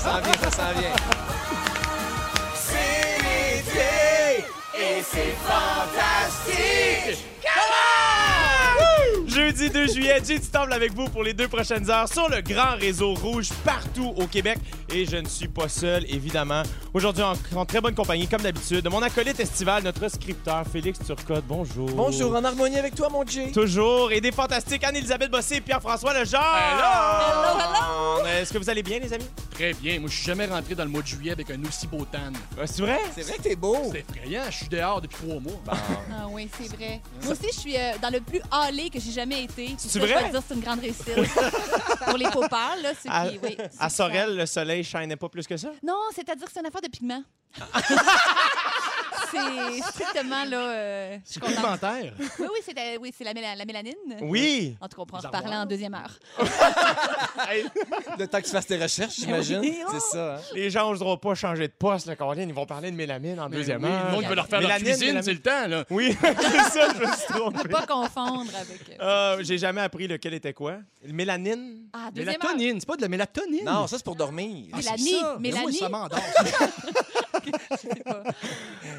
s'en vient. C'est l'été et c'est fantastique! Come on! Jeudi 2 juillet, J Temple avec vous pour les deux prochaines heures sur le grand réseau rouge partout au Québec. Et je ne suis pas seul, évidemment. Aujourd'hui, en, en très bonne compagnie, comme d'habitude, de mon acolyte estival, notre scripteur Félix Turcotte. Bonjour. Bonjour, en harmonie avec toi, mon Jay. Toujours. Et des fantastiques Anne-Elisabeth Bossé et Pierre-François Lejean. Hello! Est-ce que vous allez bien, les amis? Très bien. Moi, je suis jamais rentré dans le mois de juillet avec un aussi beau tan. Euh, C'est vrai? C'est vrai que t'es beau. C'est effrayant. Je suis dehors depuis trois mois. Ah oui, c'est vrai. Moi aussi, je suis euh, dans le plus hâlé que j'ai jamais été. C'est Ça, Je vrai? vais te dire c'est une grande réussite. Pour les paupières, là, ceux À, qui... Oui, ceux à qui Sorel, le soleil shinait pas plus que ça? font- Non, c'est-à-dire que c'est une affaire de pigment. c'est strictement, là... euh, je C'est comprends. commentaire. Oui, oui, c'est euh, oui, c'est la, méla- la mélanine. Oui! En tout cas, on pourra en Les reparler armoires. en deuxième heure. Le temps que tu fasses tes recherches, j'imagine. C'est ça. hein. Les gens n'oseront pas changer de poste, le Caroline. Ils vont parler de mélamine en deuxième Oui, heure. Le monde veut leur faire leur Mélanine, cuisine, mélamine. c'est le temps, là. Oui, c'est ça, je me suis trompé. Pas confondre avec... euh, Euh, j'ai jamais appris lequel était quoi. Le Mélanine? Ah, deuxième heure. Mélatonine, c'est pas de la mélatonine. Non, ça, c'est pour dormir. Ah, Mélanie, Mais Ben moi, Mélanie. ça m'endort.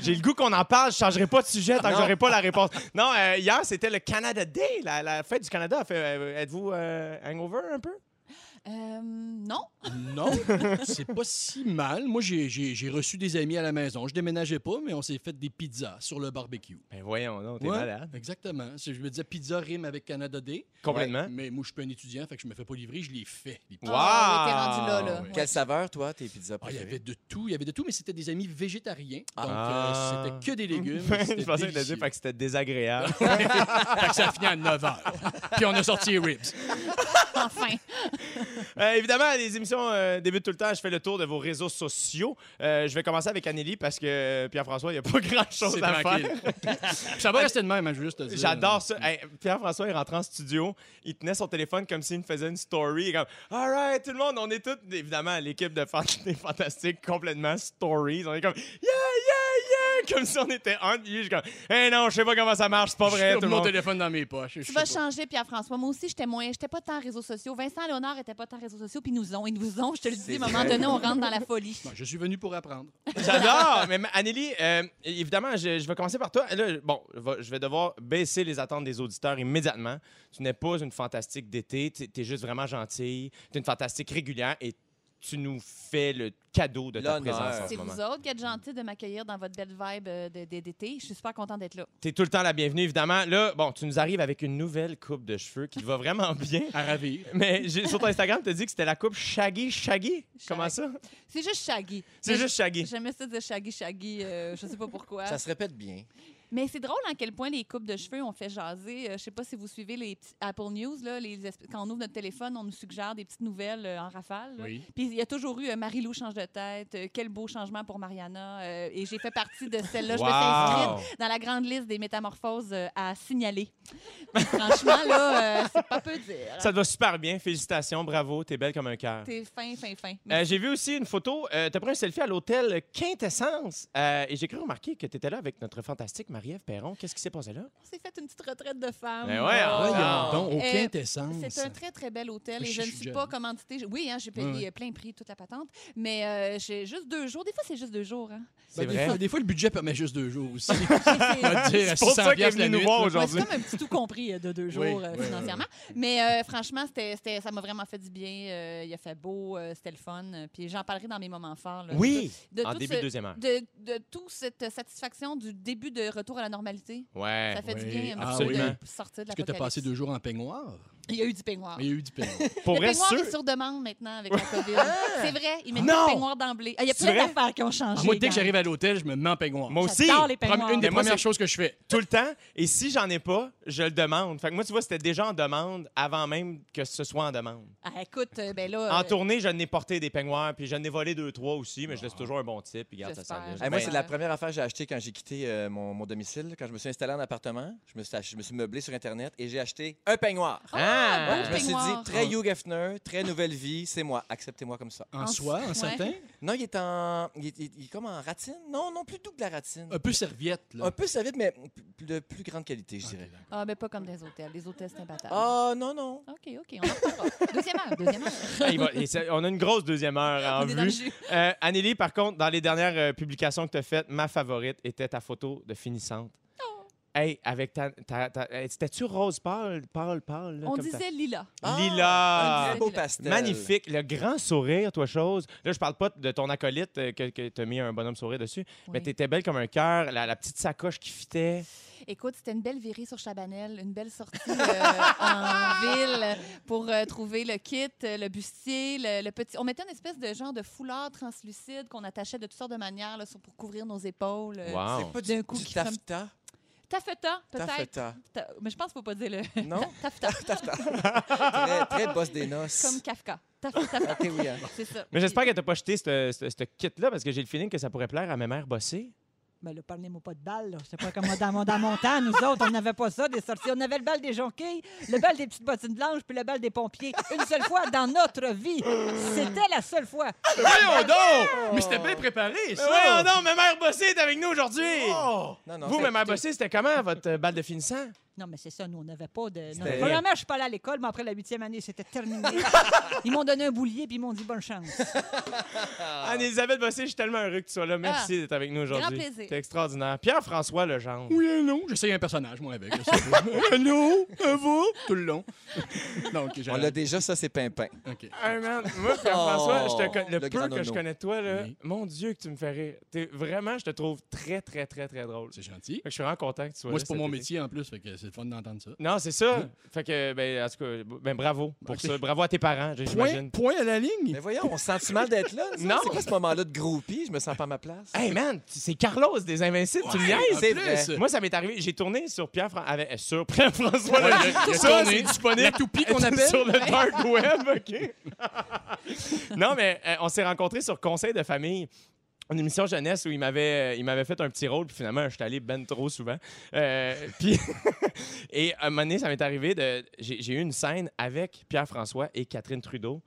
J'ai le goût qu'on en parle, je changerai pas de sujet tant que Non. j'aurai pas la réponse. Non, euh, hier, c'était le Canada Day, la, la fête du Canada. Fait, euh, êtes-vous euh, hangover un peu? Euh, non. non, c'est pas si mal. Moi, j'ai- j'ai j'ai reçu des amis à la maison. Je déménageais pas, mais on s'est fait des pizzas sur le barbecue. Ben voyons, non, t'es Ouais, malade. Exactement. Je me disais pizza rime avec Canada Day. Complètement. Mais moi, je suis pas un étudiant, fait que je me fais pas livrer, je les fais. les pizzas. Wow! Ah, on était rendu là, là. Ouais. Quelle saveur, toi, tes pizzas Ah, il y préférées? avait de tout, il y avait de tout, mais c'était des amis végétariens. Donc, Ah. euh, c'était que des légumes. je pensais que t'as dit fait que c'était désagréable. Fait que ça a fini à 9 h. Puis on a sorti les ribs. Enfin. Euh, évidemment, les émissions euh, débutent tout le temps. Je fais le tour de vos réseaux sociaux. Euh, je vais commencer avec Anneli parce que euh, Pierre-François, il n'y a pas grand-chose C'est à faire. tranquille. ça va rester de même, hein, je veux juste te dire. J'adore ça. Hey, Pierre-François est rentré en studio. Il tenait son téléphone comme s'il me faisait une story. Comme, all right, tout le monde, on est tous, évidemment, l'équipe de fan- des Fantastiques complètement stories. On est comme, yeah, yeah, yeah, comme si on était un. Puis Je suis comme, hey non, je sais pas comment ça marche, c'est pas vrai, J'ai tout le mon monde. téléphone dans mes poches. Tu vas changer, Pierre-François. Moi aussi, j'étais moins. J'étais pas tant réseaux sociaux. Vincent Léonard était pas tant réseaux sociaux, puis nous ont. Ils nous ont. Je te le dis, à un moment vrai. donné, on rentre dans la folie. je suis venu pour apprendre. J'adore. Mais Anneli, euh, évidemment, je, je vais commencer par toi. Là, bon, je vais- je vais devoir baisser les attentes des auditeurs immédiatement. Tu n'es pas une fantastique d'été. Tu es juste vraiment gentille. Tu es une fantastique régulière et tu nous fais le cadeau de ta L'honneur. présence en ce C'est moment. vous autres qui êtes gentils de m'accueillir dans votre belle vibe euh, de- de- d'été. Je suis super contente d'être là. T'es tout le temps la bienvenue, évidemment. Là, bon, tu nous arrives avec une nouvelle coupe de cheveux qui te va vraiment bien. À ravir. Mais j'ai- sur ton Instagram, tu dit que c'était la coupe Shaggy Shaggy. Comment ça? C'est juste Shaggy. C'est Mais juste Shaggy. J'aimais ça dire Shaggy, Shaggy. euh, je sais pas pourquoi. Ça se répète bien. Mais c'est drôle à quel point les coupes de cheveux ont fait jaser. Euh, je sais pas si vous suivez les petits Apple News. Là, les esp- Quand on ouvre notre téléphone, on nous suggère des petites nouvelles euh, en rafale. là. Oui. Puis il y a toujours eu euh, Marie-Lou change de tête, euh, quel beau changement pour Mariana. euh, et j'ai fait partie de celle-là. Je me suis Wow. inscrite dans la grande liste des métamorphoses euh, à signaler. Franchement, là, euh, c'est pas peu dire. Ça te va super bien. Félicitations, bravo. T'es belle comme un cœur. T'es fin, fin, fin. Mais Euh, j'ai vu aussi une photo. Euh, t'as pris un selfie à l'hôtel Quintessence. Euh, et j'ai cru remarquer que t'étais là avec notre fantastique Marie-Ève Perron. Qu'est-ce qui s'est passé là? on s'est fait une petite retraite de femme. Euh. Ben ouais, Oh. Voyons Ah. donc, au Euh, quintessence. C'est un très, très bel hôtel et Je je ne suis suis jeune. pas commanditée. Je- Oui, hein, j'ai payé Ouais, ouais. euh, plein prix, toute la patente, mais euh, j'ai juste deux jours. Des fois, c'est juste deux jours. Hein. C'est Ben, des, vrai. fois, des fois, le budget permet juste deux jours aussi. C'est- On va te dire, à Ah, C'est pour 600 ça qu'elle est piastres la venue nous nuit. voir Ouais, c'est aujourd'hui. comme un petit tout compris euh, de deux jours Oui, euh, oui, financièrement. Mais euh, franchement, c'était, c'était- ça m'a vraiment fait du bien. Euh, il a fait beau, euh, c'était le fun. Euh, Puis j'en parlerai dans mes moments forts. là, Oui! de, de en tout début ce- de deuxième heure. de, de toute cette satisfaction du début de retour à la normalité. Ouais. Ça fait du Eh oui, hein. bien un petit peu absolument. de sortir de Est-ce que tu as la passé deux jours en peignoir? Il y a eu du peignoir. Mais il y a eu du peignoir. Pour le vrai, peignoir ceux- est sur demande maintenant avec la COVID. C'est vrai, ils mettent Non! le peignoir d'emblée. Ah, Il y a C'est plein vrai? d'affaires qui ont changé. Ah, Moi, dès que gang. j'arrive à l'hôtel, je me mets en peignoir. Moi aussi. J'adore les Première- peignoirs. Une des Mais moi, premières c'est- choses que je fais. tout le temps. Et si j'en ai pas, je le demande. Fait que moi, tu vois, c'était déjà en demande avant même que ce soit en demande. Ah, écoute, euh, ben là... En euh, tournée, je n'ai porté des peignoirs, puis je n'ai volé deux, trois aussi, mais je laisse toujours un bon type, puis garde ça J'espère. s'en vient. Eh, moi, Ben, c'est la première affaire que j'ai achetée quand j'ai quitté euh, mon, mon domicile. Quand je me suis installé en appartement, je me suis, ach- je me suis meublé sur Internet et j'ai acheté un peignoir. ah, Hein? Ah! Je me suis Peignoir. dit, très Hugh Hefner, très nouvelle vie, c'est moi. Acceptez-moi comme ça. En En soie, en ouais. satin. Non, il est en. Il est, il est- il est comme en ratine. Non, non, plus doux que la ratine. Un peu serviette, là. Un peu savide, mais p- de plus grande qualité, je Ok, dirais. d'accord. Ah, ben pas comme des hôtels. Les hôtels, c'est imbattable. Oh! Ah, non, non. OK, OK, on en reparlera. Deuxième heure, deuxième heure. Ah, il va- et c'est- on a une grosse deuxième heure en On est dans le vue. jus. Euh, Anneli, par contre, dans les dernières euh, publications que tu as faites, ma favorite était ta photo de finissante. Oh. Hey, avec ta. ta- ta- hey, C'était-tu rose pâle, pâle, pâle? là, On comme ta- disait Lila. Ah, Lila! Un très beau Lila. pastel. Magnifique, le grand sourire, toi, chose. Là, je parle pas de ton acolyte euh, que, que tu as mis un bonhomme sourire dessus, mais Oui. tu étais belle comme un cœur, la, la petite sacoche qui fitait. Écoute, c'était une belle virée sur Chabanel, une belle sortie euh, en ville pour euh, trouver le kit, euh, le bustier, le, le petit. On mettait une espèce de genre de foulard translucide qu'on attachait de toutes sortes de manières là, sur- pour couvrir nos épaules. euh, C'est pas D'un du, coup du qui taffeta. Taffeta, peut-être. Taffeta. Ta- Mais je pense qu'il ne faut pas dire le. Non? Taffeta, Très, très boss des noces. comme Kafka. Taff- Taffeta. Ok, oui, hein. C'est ça. Mais j'espère qu'elle t'a pas jeté ce- ce ce kit-là parce que j'ai le feeling que ça pourrait plaire à ma mère bossée. Mais Ben, là, parlez-moi pas de balle. là. C'est pas comme dans, mon- dans mon temps, nous autres, on n'avait pas ça, des sorciers. On avait le bal des jonquilles, le bal des petites bottines blanches, puis le bal des pompiers. Une seule fois dans notre vie. C'était la seule fois. Voyons donc! Mais c'était bien préparé, Mais Ben voyons donc, ma mère bossée est avec nous aujourd'hui! Non, non, Vous, c'est- ma mère bossée, c'était comment votre euh, balle de finissant? Non, mais c'est ça, nous, on n'avait pas de. non, C'était- Premièrement, je suis pas allée à l'école, mais après la huitième année, c'était terminé. Ils m'ont donné un boulier, puis ils m'ont dit bonne chance. Anne-Elisabeth Bossé, je suis tellement heureux que tu sois là. Merci d'être avec nous aujourd'hui. Ah. Grand plaisir. C'est extraordinaire. Pierre-François Legendre. Oui, un non. J'essaye un personnage, moi, avec. là, c'est tout. Un non, un vous, tout le long. Non, OK, j'ai- On l'a déjà, ça, c'est pimpin. OK. Hey, man, moi, Pierre-François, Oh, je te con- le, le peu grand que je nono. connais de toi, là, Oui. mon Dieu, que tu me fais rire. T'es- vraiment, je te trouve très, très, très, très drôle. C'est gentil. Fait que je suis vraiment content que tu sois Moi, là c'est pour cet mon été. métier en plus, fait que c'est le fun d'entendre ça. Non, c'est ça. Fait que, ben, en tout cas, ben, bravo pour Ok. ça. Bravo à tes parents, Point, j'imagine. point à la ligne. Mais voyons, on se sent mal d'être là? nous autres? Non. C'est quoi ce moment-là de groupie? Je me sens pas à ma place. Hey, man, tu- c'est Carlos des Invincibles, tu me Ouais, niaises? en c'est plus. Moi, ça m'est arrivé. J'ai tourné sur Pierre Fran- avec- euh, sur Pierre-François. Ouais, Legendre. il a- il a Ça, tourné. c'est disponible. La toupie qu'on appelle. sur le dark web, OK? non, mais euh, on s'est rencontrés sur Conseil de famille. Une émission jeunesse où il m'avait, euh, il m'avait fait un petit rôle, puis finalement, je suis allé ben trop souvent. Euh, puis, et à un moment donné, ça m'est arrivé de. J'ai, j'ai eu une scène avec Pierre-François et Catherine Trudeau.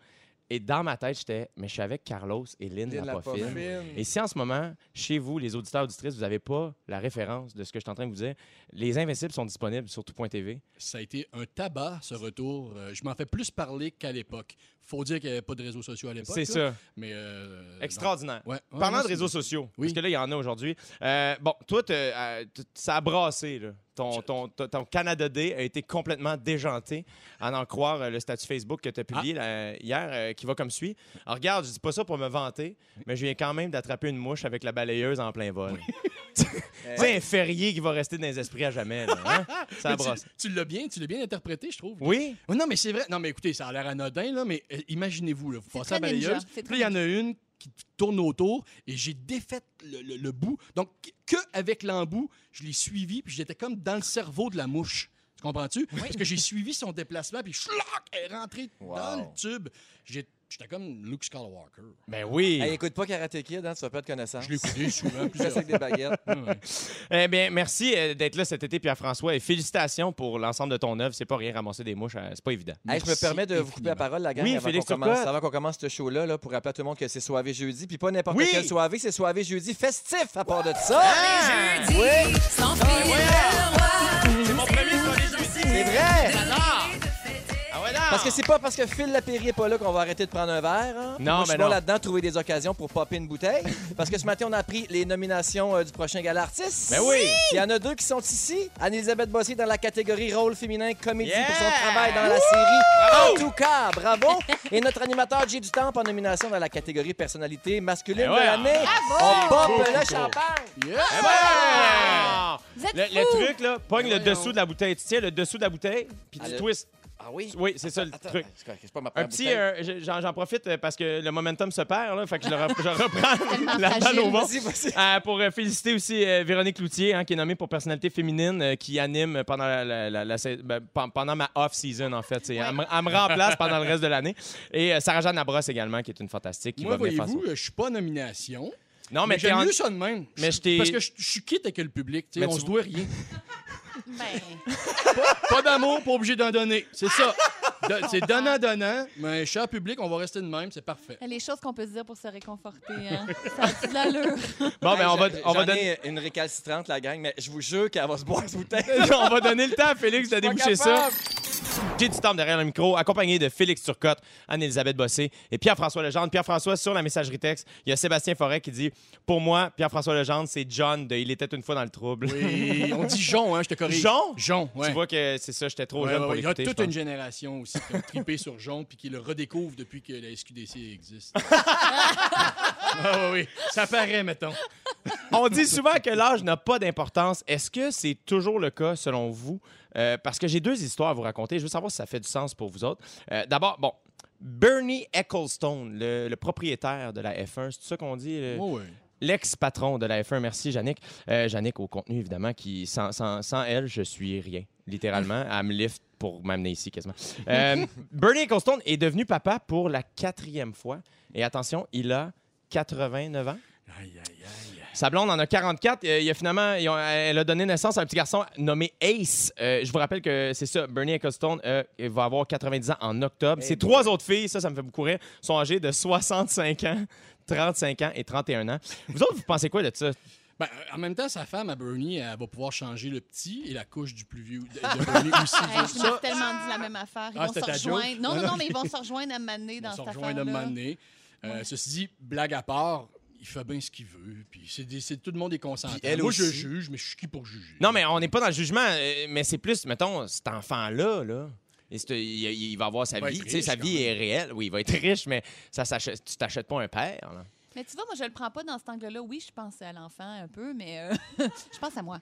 Et dans ma tête, j'étais, mais je suis avec Carlos et Lynn, Lynn Lapofine. Lapoffine. Et si en ce moment, chez vous, les auditeurs auditrices, vous n'avez pas la référence de ce que je suis en train de vous dire, les Invincibles sont disponibles sur tout.tv. Ça a été un tabac, ce retour. Euh, je m'en fais plus parler qu'à l'époque. Faut dire qu'il n'y avait pas de réseaux sociaux à l'époque. C'est là, ça. Mais. euh, Extraordinaire. non. Ouais. Ouais, Parlant non, de c'est- réseaux sociaux, Oui. parce que là, il y en a aujourd'hui. Euh, bon, toi, t'as, euh, t- ça a brassé. Là. Ton, Je- ton, ton- ton Canada Day a été complètement déjanté, à en croire euh, le statut Facebook que tu as publié Ah! là, hier, euh, qui va comme suit. Alors, regarde, je dis pas ça pour me vanter, mais je viens quand même d'attraper une mouche avec la balayeuse en plein vol. Euh, C'est un férié qui va rester dans les esprits à jamais. là, hein? Ça Mais a brassé. tu tu l'as bien, tu l'as bien interprété, je trouve. Oui? Oh Non, mais c'est vrai. Non, mais écoutez, ça a l'air anodin, là, mais euh, imaginez-vous, là, vous passez à la très ninja. balayeuse. C'est Puis là, il y en a une qui tourne autour et j'ai défait le, le- le bout. Donc, que avec l'embout, je l'ai suivi puis j'étais comme dans le cerveau de la mouche. Tu comprends-tu? Parce que j'ai suivi son déplacement puis schlock, elle est rentrée dans Wow. le tube. J'ai- J'étais comme Luke Skywalker. Ben oui. Hey, écoute pas Karate Kid, hein, tu vas perdre connaissance. Je l'ai Ah. écouté souvent, Fais plusieurs ça avec des baguettes. fois. ouais. Eh bien, merci euh, d'être là cet été, Pierre-François, et félicitations pour l'ensemble de ton œuvre. C'est pas rien ramasser des mouches, euh, c'est pas évident. Hey, je me Merci permets de vous couper la infiniment. parole, la gang, Oui, avant qu'on Félix commence, Turcotte. avant qu'on commence ce show-là, là, pour rappeler à tout le monde que c'est soirée jeudi, puis pas n'importe Oui. quel soirée, c'est soirée jeudi festif à part de ça. Ah! Sans Ah, fil de roi. C'est mon premier soirée C'est vrai! Ah ouais, Parce que c'est pas parce que Phil Lapéry n'est pas là qu'on va arrêter de prendre un verre. hein. Non, Moi, je mais suis bon non. là-dedans, trouver des occasions pour popper une bouteille. Parce que ce matin, on a appris les nominations euh, du prochain gala artiste. Ben oui! Il y en a deux qui sont ici. Anne-Elisabeth Bossier dans la catégorie rôle féminin comédie Yeah! pour son travail dans la série. En tout cas, bravo! Et notre animateur J. Du Temple en nomination dans la catégorie personnalité masculine Ben de ouais, l'année. On pop le champagne! Yeah! Eh ben! Vous êtes Le, le fous! truc, là, pogne le dessous de la bouteille. Tu tiens le dessous de la bouteille, puis tu Allô? twists. Ah oui? Oui, c'est ça le Attends, truc. c'est correct, c'est pas ma Un première petit, bouteille. euh, je- j'en j'en profite euh, parce que le momentum se perd, là, fait que je, le rep- je reprends Tellement la balle fragile. au vent. Vas-y, vas-y. Euh, pour euh, féliciter aussi euh, Véronique Loutier, hein, qui est nommée pour personnalité féminine, euh, qui anime pendant, la, la- la- la sa- ben, pen- pendant ma off-season, en fait. c'est- Elle, me, elle me remplace pendant le reste de l'année. Et euh, Sarah-Jeanne Labrosse également, qui est une fantastique, qui Moi, va venir faire voyez-vous, euh, je suis pas en nomination. son- Non, mais, mais t'es en- j'aime mieux ça de même. Mais je t'ai- Parce que je je suis quitte avec le public. tu sais, Mais on tu- se doit rien. Ben, Pas d'amour, pas obligé d'en donner. C'est ça. do- c'est donnant-donnant, mais cher public, on va rester de même, c'est parfait. Ben, Les choses qu'on peut se dire pour se réconforter, hein. ça a de l'allure. Bon, ben, on va, on va J'en donner. ai une récalcitrante, la gang, mais je vous jure qu'elle va se boire sous tête. on va donner le temps à Félix de déboucher ça. J'ai du temps derrière le micro, accompagné de Félix Turcotte, Anne-Elisabeth Bossé et Pierre-François Legendre. Pierre-François, sur la messagerie texte, il y a Sébastien Forêt qui dit Pour moi, Pierre-François Legendre, c'est John de Il était une fois dans le trouble. Oui, on dit Jon, hein, je te corrige. Jon? Jon, ouais. Tu vois que c'est ça, j'étais trop Ouais, jeune ouais, pour ouais, il y a l'écouter. toute je une pense. génération aussi qui a trippé sur Jon puis qui le redécouvre depuis que la SQDC existe. Ah oui, oui, ça paraît, mettons. On dit souvent que l'âge n'a pas d'importance. Est-ce que c'est toujours le cas selon vous? Euh, parce que j'ai deux histoires à vous raconter. Je veux savoir si ça fait du sens pour vous autres. Euh, D'abord, bon, Bernie Ecclestone, le, le propriétaire de la F1, c'est ça qu'on dit? le- Ouais, ouais. L'ex-patron de la F1, merci Yannick. Euh, Yannick au contenu, évidemment, qui sans, sans- sans elle, je suis rien, littéralement. elle me lift pour m'amener ici quasiment. Euh, Bernie Ecclestone est devenu papa pour la quatrième fois. Et attention, il a 89 ans. Aïe, aïe, aïe. Sa blonde en a 44. Euh, il a finalement, ils ont- elle a donné naissance à un petit garçon nommé Ace. Euh, je vous rappelle que c'est ça, Bernie Ecclestone euh, il va avoir 90 ans en octobre. Ses trois autres filles, ça, ça me fait beaucoup rire, sont âgées de 65 ans, 35 ans et 31 ans. Vous autres, vous pensez quoi de ça? Ben, euh, en même temps, sa femme, à Bernie, elle va pouvoir changer le petit et la couche du plus vieux de, de Bernie aussi. Hey, je Ça, m'ai tellement dit la même affaire. Ils Ah, vont se c'était ta rejoindre. joke? Non, Non, non, non, non, mais ils vont se rejoindre à maner on dans se cette Ben, rejoint affaire-là. de m'amener. Euh, Ceci dit, blague à part, il fait bien ce qu'il veut. Puis c'est des- c'est- tout le monde est consentant. Puis elle Moi, je aussi. juge, mais je suis qui pour juger? Non, mais on n'est pas dans le jugement, euh, mais c'est plus, mettons, cet enfant-là, là. et c'est- il, il va avoir sa Il va vie. être Tu sais, sa riche, vie quand est réelle. Oui, il va être riche, mais ça s'achète- tu t'achètes pas un père. là. Mais tu vois, moi, je le prends pas dans cet angle-là. Oui, je pense à l'enfant un peu, mais euh, je pense à moi.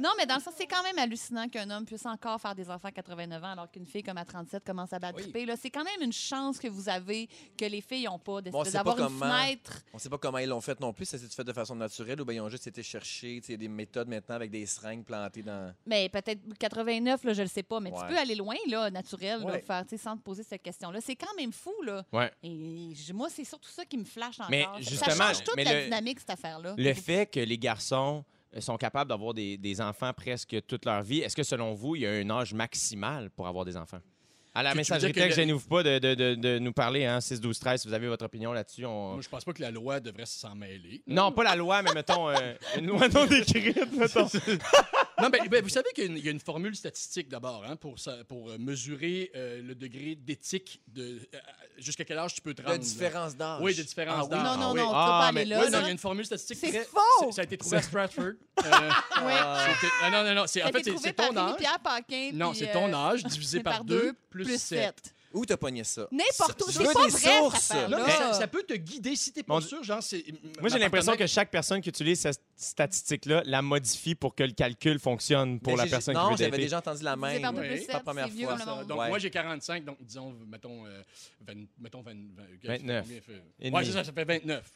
non, mais dans le sens, c'est quand même hallucinant qu'un homme puisse encore faire des enfants à 89 ans alors qu'une fille comme à 37 commence à battre Oui. triper, là. C'est quand même une chance que vous avez que les filles n'ont pas d'espèce Bon, c'est pas d'avoir une comment. fenêtre. On sait pas comment ils l'ont fait non plus. Ça s'est fait de façon naturelle ou bien ils ont juste été chercher tu sais, des méthodes maintenant avec des seringues plantées dans. Mais peut-être 89, là, je le sais pas, mais tu Ouais. peux aller loin, là, naturel, là, Ouais. faire, tu sais, sans te poser cette question-là. C'est quand même fou, là. Ouais. Et j- moi, c'est surtout ça qui me flash encore. Mais ça justement, change toute mais la le- dynamique, cette affaire-là. Le fait que les garçons euh, sont capables d'avoir des, des enfants presque toute leur vie, est-ce que selon vous, il y a un âge maximal pour avoir des enfants? À la Tu- tu messagerie veux dire que texte, le- gênez-vous pas de, de- de- de nous parler, hein, 6, 12, 13, si vous avez votre opinion là-dessus. on- Moi, je pense pas que la loi devrait s'en mêler. Non, pas la loi, mais mettons euh, une loi non écrite, mettons. Non, mais ben, vous savez qu'il y a une- il y, a une formule statistique d'abord hein, pour, ça- pour euh, mesurer euh, le degré d'éthique de euh, jusqu'à quel âge tu peux te rendre. La là. différence d'âge. Oui, de différence Ah oui. d'âge. Non, non, Ah oui. non, on peut Ah, pas mais- aller là. Oui, non, là. il y a une formule statistique C'est très- faux! Ça a été trouvé à Stratford. Euh, Oui. c'était- ah, non, non, non. c'est- Ça En a fait, été c'est trouvé c'est par ton Rémi âge. Pierre Paquin. Non, puis, c'est euh, ton âge divisé c'est par 2 plus 7. sept. Où t'as pogné ça? N'importe où. Tu C'est veux pas des vrai, cette sources? Non, affaire-là. mais Ah, ça, ça peut te guider si t'es Mon pas Dieu. sûr. Genre, c'est- Moi, j'ai l'impression que m'appartenait- chaque personne qui utilise cette statistique-là la modifie pour que le calcul fonctionne pour Mais la Ben, j'ai- personne non, qui veut j'avais dater. déjà entendu la Divisé même. par deux Oui, plus pas sept, première c'est vieux fois, comme le ça. monde. Donc, Ouais. moi, j'ai 45, donc disons, mettons, euh, 20, mettons 20, 29. Et Oui, demi. c'est ça, ça fait 29.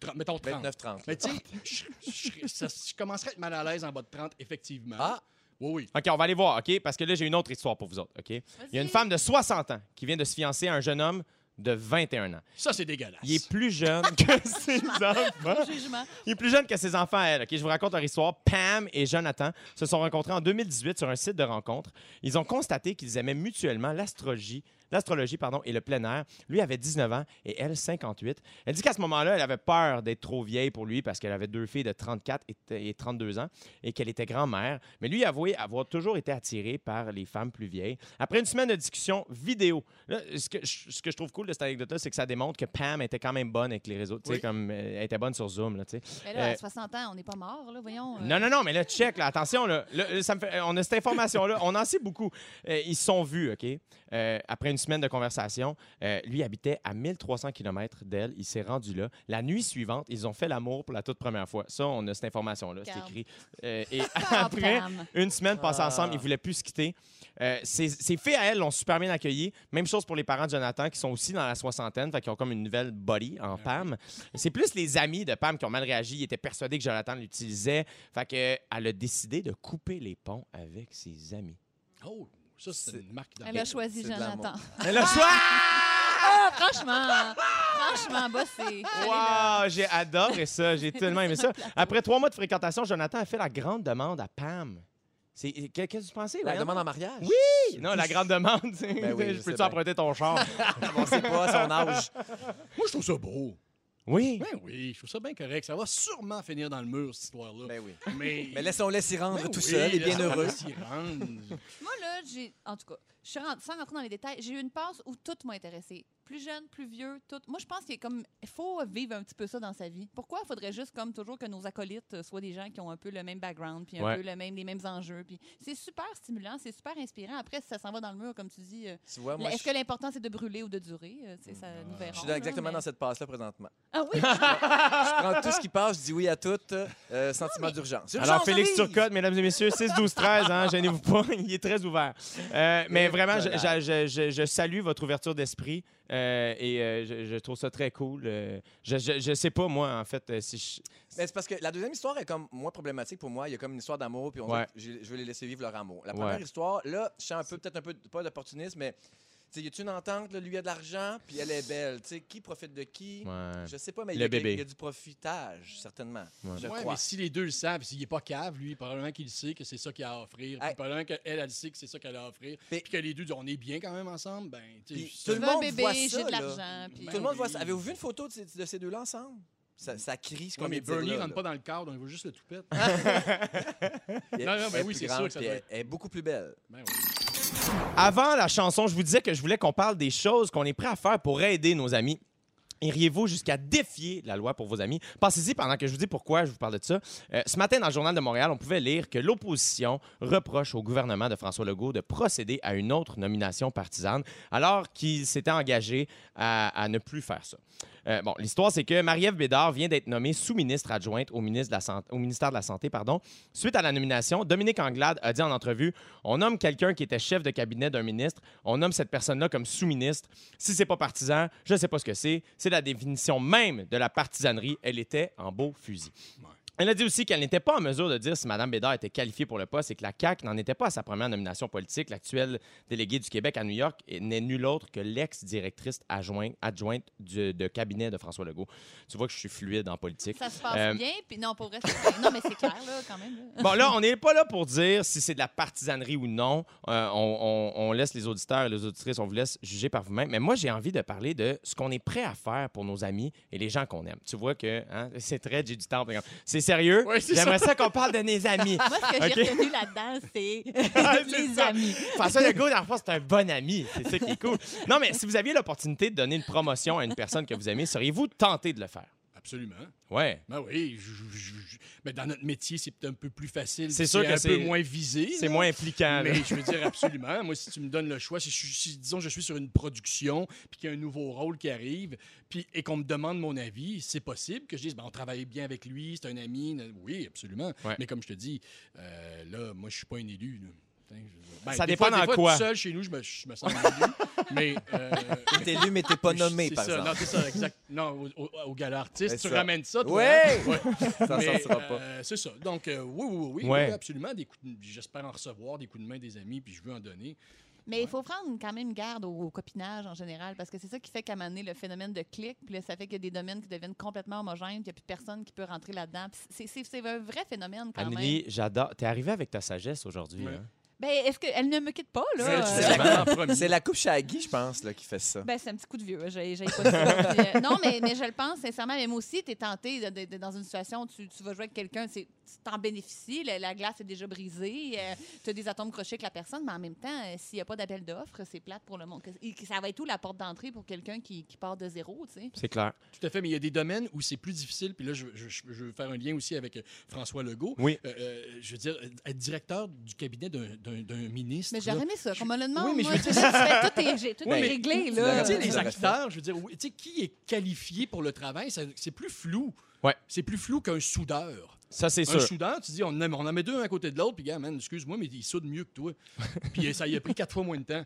Tren- mettons 30. 29-30. Mais tu sais, je, je- ça- je commencerais à être mal à l'aise en bas de 30, effectivement. Ah! Oui, oui. OK, on va aller voir, OK? Parce que là, j'ai une autre histoire pour vous autres, OK? Il y a une femme de 60 ans qui vient de se fiancer à un jeune homme de 21 ans. Ça, c'est dégueulasse. Il est plus jeune que ses enfants. Jugement. Il est plus jeune que ses enfants à elle. OK, je vous raconte leur histoire. Pam et Jonathan se sont rencontrés en 2018 sur un site de rencontre. Ils ont constaté qu'ils aimaient mutuellement l'astrologie, l'astrologie pardon, et le plein air. Lui avait 19 ans et elle 58. Elle dit qu'à ce moment-là, elle avait peur d'être trop vieille pour lui parce qu'elle avait deux filles de 34 et, et 32 ans et qu'elle était grand-mère. Mais lui avouait avoir toujours été attiré par les femmes plus vieilles. Après une semaine de discussion vidéo, là, ce, que, je- ce que je trouve cool de cette anecdote-là, c'est que ça démontre que Pam était quand même bonne avec les réseaux. tu sais, Oui. Comme, euh, elle était bonne sur Zoom. Là, tu sais. Mais là, Euh, à 60 ans, on n'est pas mort, là, voyons. euh. Non, non, non, mais là, check, là, attention, là, Là, ça me fait- euh, on a cette information-là, on en sait beaucoup. Euh, ils se sont vus, OK? Euh, après une semaine de conversation, euh, lui habitait à 1300 km d'elle, il s'est rendu là. La nuit suivante, ils ont fait l'amour pour la toute première fois. Ça, on a cette information-là, c'est Garde. écrit. Euh, et Ah, après Pam. une semaine passée Ah. ensemble, ils voulaient plus se quitter. Euh, ses, ses filles à elle l'ont super bien accueilli. Même chose pour les parents de Jonathan qui sont aussi dans la soixantaine, fait qu'ils ont comme une nouvelle body en Pam. C'est plus les amis de Pam qui ont mal réagi. Ils étaient persuadés que Jonathan l'utilisait. Fait que, euh, elle a décidé de couper les ponts avec ses amis. Oh, ça, c'est une marque Elle a d'amour. choisi C'est de l'amour. Jonathan. Elle a choix! Ah, franchement, franchement, bossé. Wow, j'ai adoré ça. J'ai tellement aimé ça. Après trois mois de fréquentation, Jonathan a fait la grande demande à Pam C'est- Qu'est-ce que tu pensais? La voyons? demande en mariage? Oui! Non, la grande demande. tu sais. Ben oui, je je sais peux-tu bien. emprunter ton char? Ah, On sait pas son âge. Moi, je trouve ça beau. oui. Ben oui, je trouve ça bien correct. Ça va sûrement finir dans le mur, cette histoire-là. Ben oui. Mais, Mais laissons-le s'y rendre Ben tout oui, seul et bien laissons-le heureux. s'y rendre. Moi, là, j'ai. En tout cas, je suis rentrée- sans rentrer dans les détails, j'ai eu une passe où tout m'a intéressé. Plus jeune, plus vieux, tout. Moi, je pense qu'il est comme. Il faut vivre un petit peu ça dans sa vie. Pourquoi il faudrait juste, comme toujours, que nos acolytes euh, soient des gens qui ont un peu le même background, puis un Ouais. peu le même, les mêmes enjeux. Puis c'est super stimulant, c'est super inspirant. Après, si ça s'en va dans le mur, comme tu dis, euh, Tu vois, Ah, moi, est-ce je que l'important, c'est de brûler ou de durer? Euh, tu sais, ça, Hmm. nous verrons. je suis dans- là, exactement mais- dans cette passe-là présentement. Ah oui! Je prends tout ce qui passe, je dis oui à tout. euh, sentiment d'urgence. Alors, Urgence Félix arrive! Turcotte, mesdames et messieurs, 6-12-13, hein, gênez-vous pas, il est très ouvert. Euh, mais vraiment, je, Excellent. je- je- je salue votre ouverture d'esprit euh, et euh, je, je trouve ça très cool. Euh, je, je, je sais pas, moi, en fait, euh, si je... Mais c'est parce que la deuxième histoire est comme moins problématique pour moi. Il y a comme une histoire d'amour, puis on Ouais. dirait que je, je veux les laisser vivre leur amour. La première Ouais. histoire, là, je suis un peu, peut-être un peu, pas d'opportuniste, mais tu sais, y a-tu une entente? là, lui a de l'argent, puis elle est belle. Tu sais, qui profite de qui? Ouais. Je sais pas, mais il Le y, a quel- bébé. il y a du profitage, certainement. Ouais. Je Ouais, crois. mais si les deux le savent, s'il n'est pas cave, lui, probablement qu'il sait que c'est ça qu'il a à offrir. puis Hey. probablement qu'elle, elle sait que c'est ça qu'elle a à offrir. Mais- Puis que les deux disent, on est bien quand même ensemble. Ben, tu sais, Puis je- tout Je le veux un monde bébé, voit j'ai ça, de là. l'argent. puis- Tout le monde voit ça. oui. Avez-vous vu une photo de, ces- de ces deux-là ensemble? Ça, ça crie ce qu'on Ouais, mais vient de dire Bernie là, Hein? rentre là. pas dans le cadre, on voit juste le toupette. Elle- Non, non, ben elle est oui, plus c'est sûr grande, que ça puis doit elle, elle est beaucoup plus belle. Ben oui. Avant la chanson, je vous disais que je voulais qu'on parle des choses qu'on est prêt à faire pour aider nos amis. Iriez-vous jusqu'à défier la loi pour vos amis? Passez-y pendant que je vous dis pourquoi je vous parle de ça. Euh, ce matin, dans le Journal de Montréal, on pouvait lire que l'opposition reproche au gouvernement de François Legault de procéder à une autre nomination partisane alors qu'il s'était engagé à, à ne plus faire ça. Euh, bon, l'histoire, c'est que Marie-Ève Bédard vient d'être nommée sous-ministre adjointe au, ministre de la Santé- au ministère de la Santé. Pardon. Suite à la nomination, Dominique Anglade a dit en entrevue On nomme quelqu'un qui était chef de cabinet d'un ministre, on nomme cette personne-là comme sous-ministre. Si c'est pas partisan, je sais pas ce que c'est. C'est la définition même de la partisanerie. Elle était en beau fusil. Elle a dit aussi qu'elle n'était pas en mesure de dire si Mme Bédard était qualifiée pour le poste et que la CAQ n'en était pas à sa première nomination politique. L'actuelle déléguée du Québec à New York n'est nulle autre que l'ex-directrice adjointe, adjointe du- de cabinet de François Legault. Tu vois que je suis fluide en politique. Ça se passe Euh, bien, puis non, pour rester. Non, mais c'est clair, là, quand même. là. Bon, là, on n'est pas là pour dire si c'est de la partisanerie ou non. Euh, on, on- on laisse les auditeurs et les auditrices, on vous laisse juger par vous-même. Mais moi, j'ai envie de parler de ce qu'on est prêt à faire pour nos amis et les gens qu'on aime. Tu vois que hein, c'est très j'ai du temps. par exemple. C'est sérieux? Ouais, c'est J'aimerais ça, qu'on parle de mes amis. Moi, ce que Ok. Ah, j'ai retenu là-dedans, c'est C'est les ça. amis. François Legault, dans le fond, c'est un bon ami. C'est ça qui est cool. Non, mais si vous aviez l'opportunité de donner une promotion à une personne que vous aimez, seriez-vous tenté de le faire? Absolument. Ouais. Ben oui. je- je- je- je- Mais dans notre métier, c'est un peu plus facile. C'est sûr que un c'est- peu moins visé. C'est là. moins impliquant. Ah, là. Mais je veux dire absolument. Moi, si tu me donnes le choix, si, je suis- si, disons je suis sur une production, puis qu'il y a un nouveau rôle qui arrive, puis et qu'on me demande mon avis, c'est possible que je dise ben, on travaille bien avec lui, c'est un ami. na- Oui, absolument. Ouais. Mais comme je te dis, euh, là, moi, je suis pas un élu. là. Putain, je- ben, Ça des dépend fois- des dans fois, quoi. Tout seul chez nous, je me, je me sens un élu. mais euh, T'es élu, mais t'es pas je- nommé, c'est par ça, Non, exemple. c'est ça, exact. Non, au, au- au gala artiste, C'est tu ça. ramènes ça, toi. Ouais! hein? Ouais. Ça Mais, sortira pas. euh, c'est ça. Donc, euh, oui, oui, oui, oui, Ouais. oui, absolument. Des coups de- J'espère en recevoir des coups de main des amis, puis je veux en donner. Mais il faut prendre quand même garde au, au copinage en général, parce que c'est ça qui fait qu'à un moment donné, le phénomène de clic, puis là, ça fait qu'il y a des domaines qui deviennent complètement homogènes, puis il n'y a plus personne qui peut rentrer là-dedans. Puis c'est- C'est c'est un vrai phénomène quand même. Anneli, j'adore. T'es arrivée avec ta sagesse aujourd'hui. Ouais. hein? Ben, est-ce qu'elle ne me quitte pas, là? C'est- Euh, c'est la- vraiment en premier. C'est la coupe Shaggy, je pense, là, qui fait ça. Ben, c'est un petit coup de hein, vieux. J'ai, j'ai pas ça. Puis, euh, non, mais, mais je le pense sincèrement. Mais moi aussi, tu es tenté de- de- de- dans une situation où tu, tu vas jouer avec quelqu'un, c'est, tu t'en bénéficies. La, la glace est déjà brisée. tu as des atomes crochés avec la personne. Mais en même temps, euh, s'il n'y a pas d'appel d'offres, c'est plate pour le monde. Que- et que ça va être tout la porte d'entrée pour quelqu'un qui, qui part de zéro, tu sais? C'est clair. Tout à fait, mais il y a des domaines où c'est plus difficile. Puis là, je, je- je- je veux faire un lien aussi avec euh, François Legault. Oui. Euh, euh, je veux dire, euh, être directeur du cabinet d'un- d'un d'un ministre. Mais là. j'aurais aimé ça. Qu'on me le demande. Oui, mais je moi, veux tu fais- tout est, j'ai- tout Oui, est mais- réglé, Tu l'aurais là. Tu sais, Tu les l'aurais acteurs, je veux dire, oui, tu sais, qui est qualifié pour le travail, ça- c'est plus flou. Ouais. C'est plus flou qu'un soudeur. Ça, c'est Un sûr. soudeur, tu dis, on, en- on en met deux un à côté de l'autre, puis gars, man, excuse-moi, mais il soude mieux que toi. puis euh, ça y a pris quatre fois moins de temps.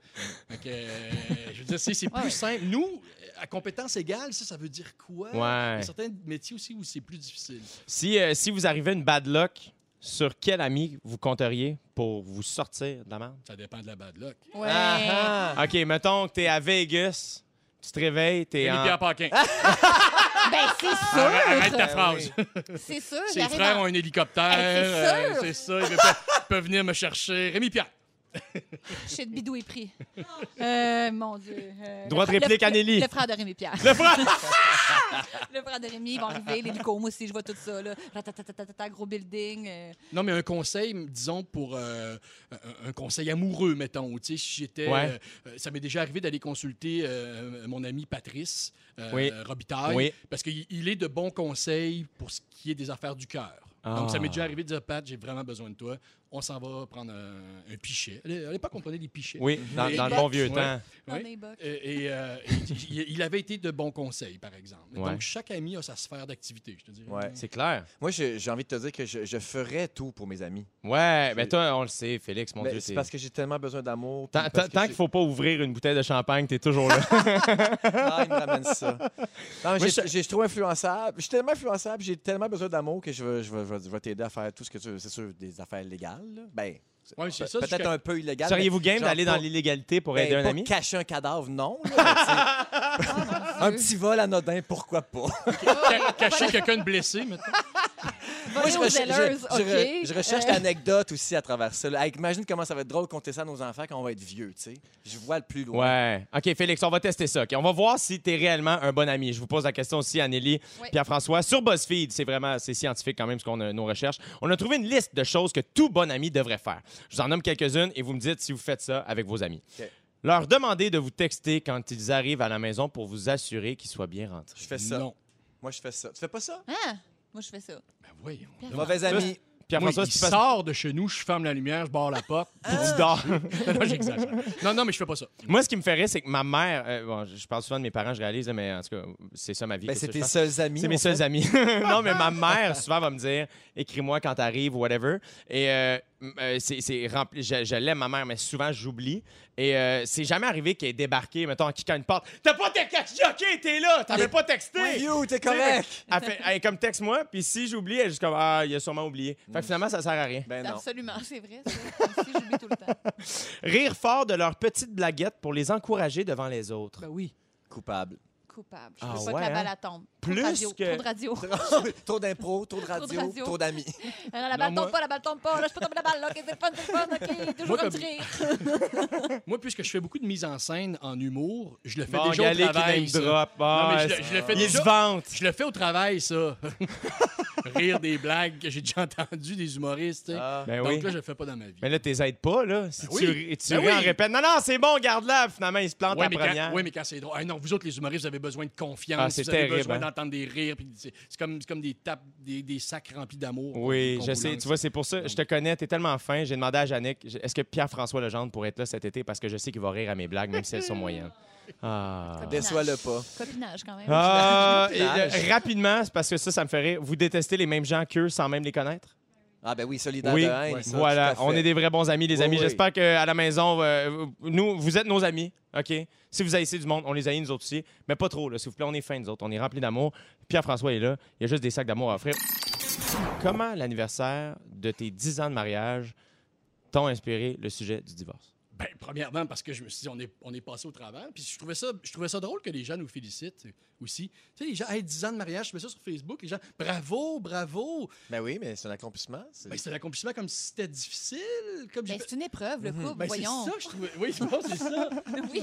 Fait que, euh, je veux dire, c'est c'est plus Ouais. simple. Nous, euh, à compétence égale, ça, ça veut dire quoi? Ouais. Il y a certains métiers aussi où c'est plus difficile. Si, euh, si vous arrivez une bad luck, sur quel ami vous compteriez pour vous sortir de la merde? Ça dépend de la bad luck. Ouais. Ah, ah. OK, mettons que t'es à Vegas, tu te réveilles, t'es Rémi en... Ah Pierre Paquin. Ben, Arrête, c'est ah, arrête sûr. ta phrase. C'est sûr. Ses j'arrive frères en- ont un hélicoptère. Hey, c'est sûr. euh, c'est ça. Ils peuvent, peuvent venir me chercher. Rémi Pierre. Shit, bidou est pris. Euh, mon Dieu. Euh, Droit de le fr- réplique, le- Anneli. Le frère de Rémi Pierre. Le frère! le frère de Rémi, ils vont arriver, l'hélico, moi aussi, je vois tout ça. Là. Ratatatatata, gros building. euh. Non, mais un conseil, m- disons, pour euh, un, un conseil amoureux, mettons. Tu sais, si j'étais. Ouais. euh, euh, ça m'est déjà arrivé d'aller consulter euh, mon ami Patrice euh, Oui. Robitaille, Oui. parce qu'il il est de bons conseils pour ce qui est des affaires du cœur. Donc, ça m'est Ah. déjà arrivé de dire, Pat, j'ai vraiment besoin de toi. On s'en va prendre un, un pichet. À l'é- à l'époque, on prenait des pichets. Oui, dans, dans le bon vieux temps. Dans Oui. les box. Euh, Et, euh, il, il avait été de bons conseils, par exemple. Ouais. Donc, chaque ami a sa sphère d'activité, je te dirais. Ouais. C'est clair. Moi, je- j'ai envie de te dire que je, je ferais tout pour mes amis. Ouais, mais toi, on le sait, Félix, mon Mais Dieu. Ben, c'est t'es- parce que j'ai tellement besoin d'amour. puis Tant, tant- parce que tant c'est- qu'il faut pas ouvrir une bouteille de champagne, t'es toujours là. Ah, il me ramène ça. Non, mais Moi, j'ai- j'ai- je suis trop influençable. Je suis tellement influençable, j'ai tellement besoin d'amour que je vais, je vais- je vais- je vais t'aider à faire tout ce que tu veux. C'est sûr, des affaires légales. là. Ben, c'est- Ouais, c'est pe- ça, peut-être jusqu'à- un peu illégales. Seriez-vous mais game genre d'aller dans pas- l'illégalité pour ben, aider un pas ami? cacher un cadavre, non. là, mais tu sais, un petit vol anodin, pourquoi pas? Ca- Cacher quelqu'un de blessé, maintenant. Moi, je, aux recher- je- zèleuses, je re- OK. Euh. je recherche l'anecdote aussi à travers ça. là. Hey, imagine comment ça va être drôle de compter ça à nos enfants quand on va être vieux, tu sais. Je vois le plus loin. Ouais. OK, Félix, on va tester ça. OK, on va voir si tu es réellement un bon ami. Je vous pose la question aussi, Anneli, Oui. Pierre-François. Sur BuzzFeed, c'est vraiment c'est scientifique quand même ce qu'on a- nos recherches. On a trouvé une liste de choses que tout bon ami devrait faire. Je vous en nomme quelques-unes et vous me dites si vous faites ça avec vos amis. OK. Leur demander de vous texter quand ils arrivent à la maison pour vous assurer qu'ils soient bien rentrés. Je fais ça. Non. Moi, je fais ça. Tu fais pas ça? Ah, moi, je fais ça. Ben voyons. donc. Mauvais ami. Ben, Moi, Pierre-François, il si tu passes... sort de chez nous, je ferme la lumière, je barre la porte. tu dors. non, non, j'exagère. Non, non, mais je fais pas ça. Moi, ce qui me ferait, c'est que ma mère... euh, bon, je parle souvent de mes parents, je réalise, mais en tout cas, c'est ça ma vie. Ben, Qu'est-ce c'est que tes je fais? seuls amis. C'est mes en fait. seuls amis. non, mais ma mère, souvent, va me dire écris-moi quand t'arrives ou whatever. Et euh, m- euh, c'est c'est rempli. Je, je l'aime, ma mère, mais souvent, j'oublie. Et euh, c'est jamais arrivé qu'elle ait débarqué, mettons, en cliquant une porte. T'as pas texté OK, t'es là, t'avais pas texté. Oui, you, t'es Tu sais, correct. fait- Elle, fait, elle est comme texte-moi, puis si j'oublie, elle est juste comme Ah, il a sûrement oublié. Mm. Fait que finalement, ça sert à rien. Ben non. Absolument, c'est vrai. Ça. Comme si j'oublie tout le temps. Rire fort de leurs petites blaguettes pour les encourager devant les autres. Ben oui. Coupable. Coupable. Je Ah veux pas ouais, que la hein? balle elle tombe. Trop de Plus radio, que- Trop de radio. trop d'impro, trop de radio, radio, radio. trop trop d'amis. Ah non, la balle Non, moi- tombe pas, la balle tombe pas. Là, je peux tomber la balle. Là, OK, c'est le fun, c'est le fun. OK, toujours Moi, comme comme- tirer. Moi, puisque je fais beaucoup de mise en scène en humour, je le fais Bon, déjà au Galé qui travail. name ça. drop. Non, mais Ah, je le- je le fais Il se déjà. vante. Je le fais au travail, ça. Rire des blagues que j'ai déjà entendues des humoristes. tu sais. Ah. Ben Donc oui. là, je le fais pas dans ma vie. Mais là, t'es aides pas, là. Si Ben tu, oui. tu Ben ris en oui. répète, non, non, c'est bon, garde-la. Finalement, il se plante Oui, la mais, première. quand, ouais, mais quand c'est drôle. Ah non, vous autres, les humoristes, vous avez besoin de confiance. Ah, c'est vous avez terrible, besoin hein. d'entendre des rires. puis C'est c'est comme, c'est comme des tapes, des, des sacs remplis d'amour. Oui, qu'on- qu'on je vous sais. lance. Tu vois, c'est pour ça. Je te connais, t'es tellement fin. J'ai demandé à Yannick, je- est-ce que Pierre-François Legendre pourrait être là cet été parce que je sais qu'il va rire à mes blagues, même si elles sont moyennes. Ah. Déçois-le pas. Copinage, quand même. Ah, et, Copinage. euh, rapidement, c'est parce que ça, ça me ferait. Vous détestez les mêmes gens qu'eux sans même les connaître? Ah ben oui, solidaire oui, de haine. ça, voilà. tout à fait. On est des vrais bons amis, les Oui, amis. oui. J'espère qu'à la maison, euh, nous, vous êtes nos amis. OK? Si vous haïssez du monde, on les haït, nous autres aussi. Mais pas trop, là, s'il vous plaît. On est fins, nous autres. On est remplis d'amour. Pierre-François est là. Il y a juste des sacs d'amour à offrir. Comment l'anniversaire de tes 10 ans de mariage t'ont inspiré le sujet du divorce? Ben, premièrement, parce que je me suis dit, on est, on est passé au travers. Puis je trouvais, ça, je trouvais ça drôle que les gens nous félicitent euh, aussi. Tu sais, les gens, hey, 10 ans de mariage, je mets ça sur Facebook, les gens, bravo, bravo. Ben oui, mais c'est un accomplissement. c'est- Ben, c'est un accomplissement comme si c'était difficile. Comme Ben, je- c'est une épreuve, le couple, Ben, c'est voyons. ça, je trouvais. Oui, bon, c'est ça.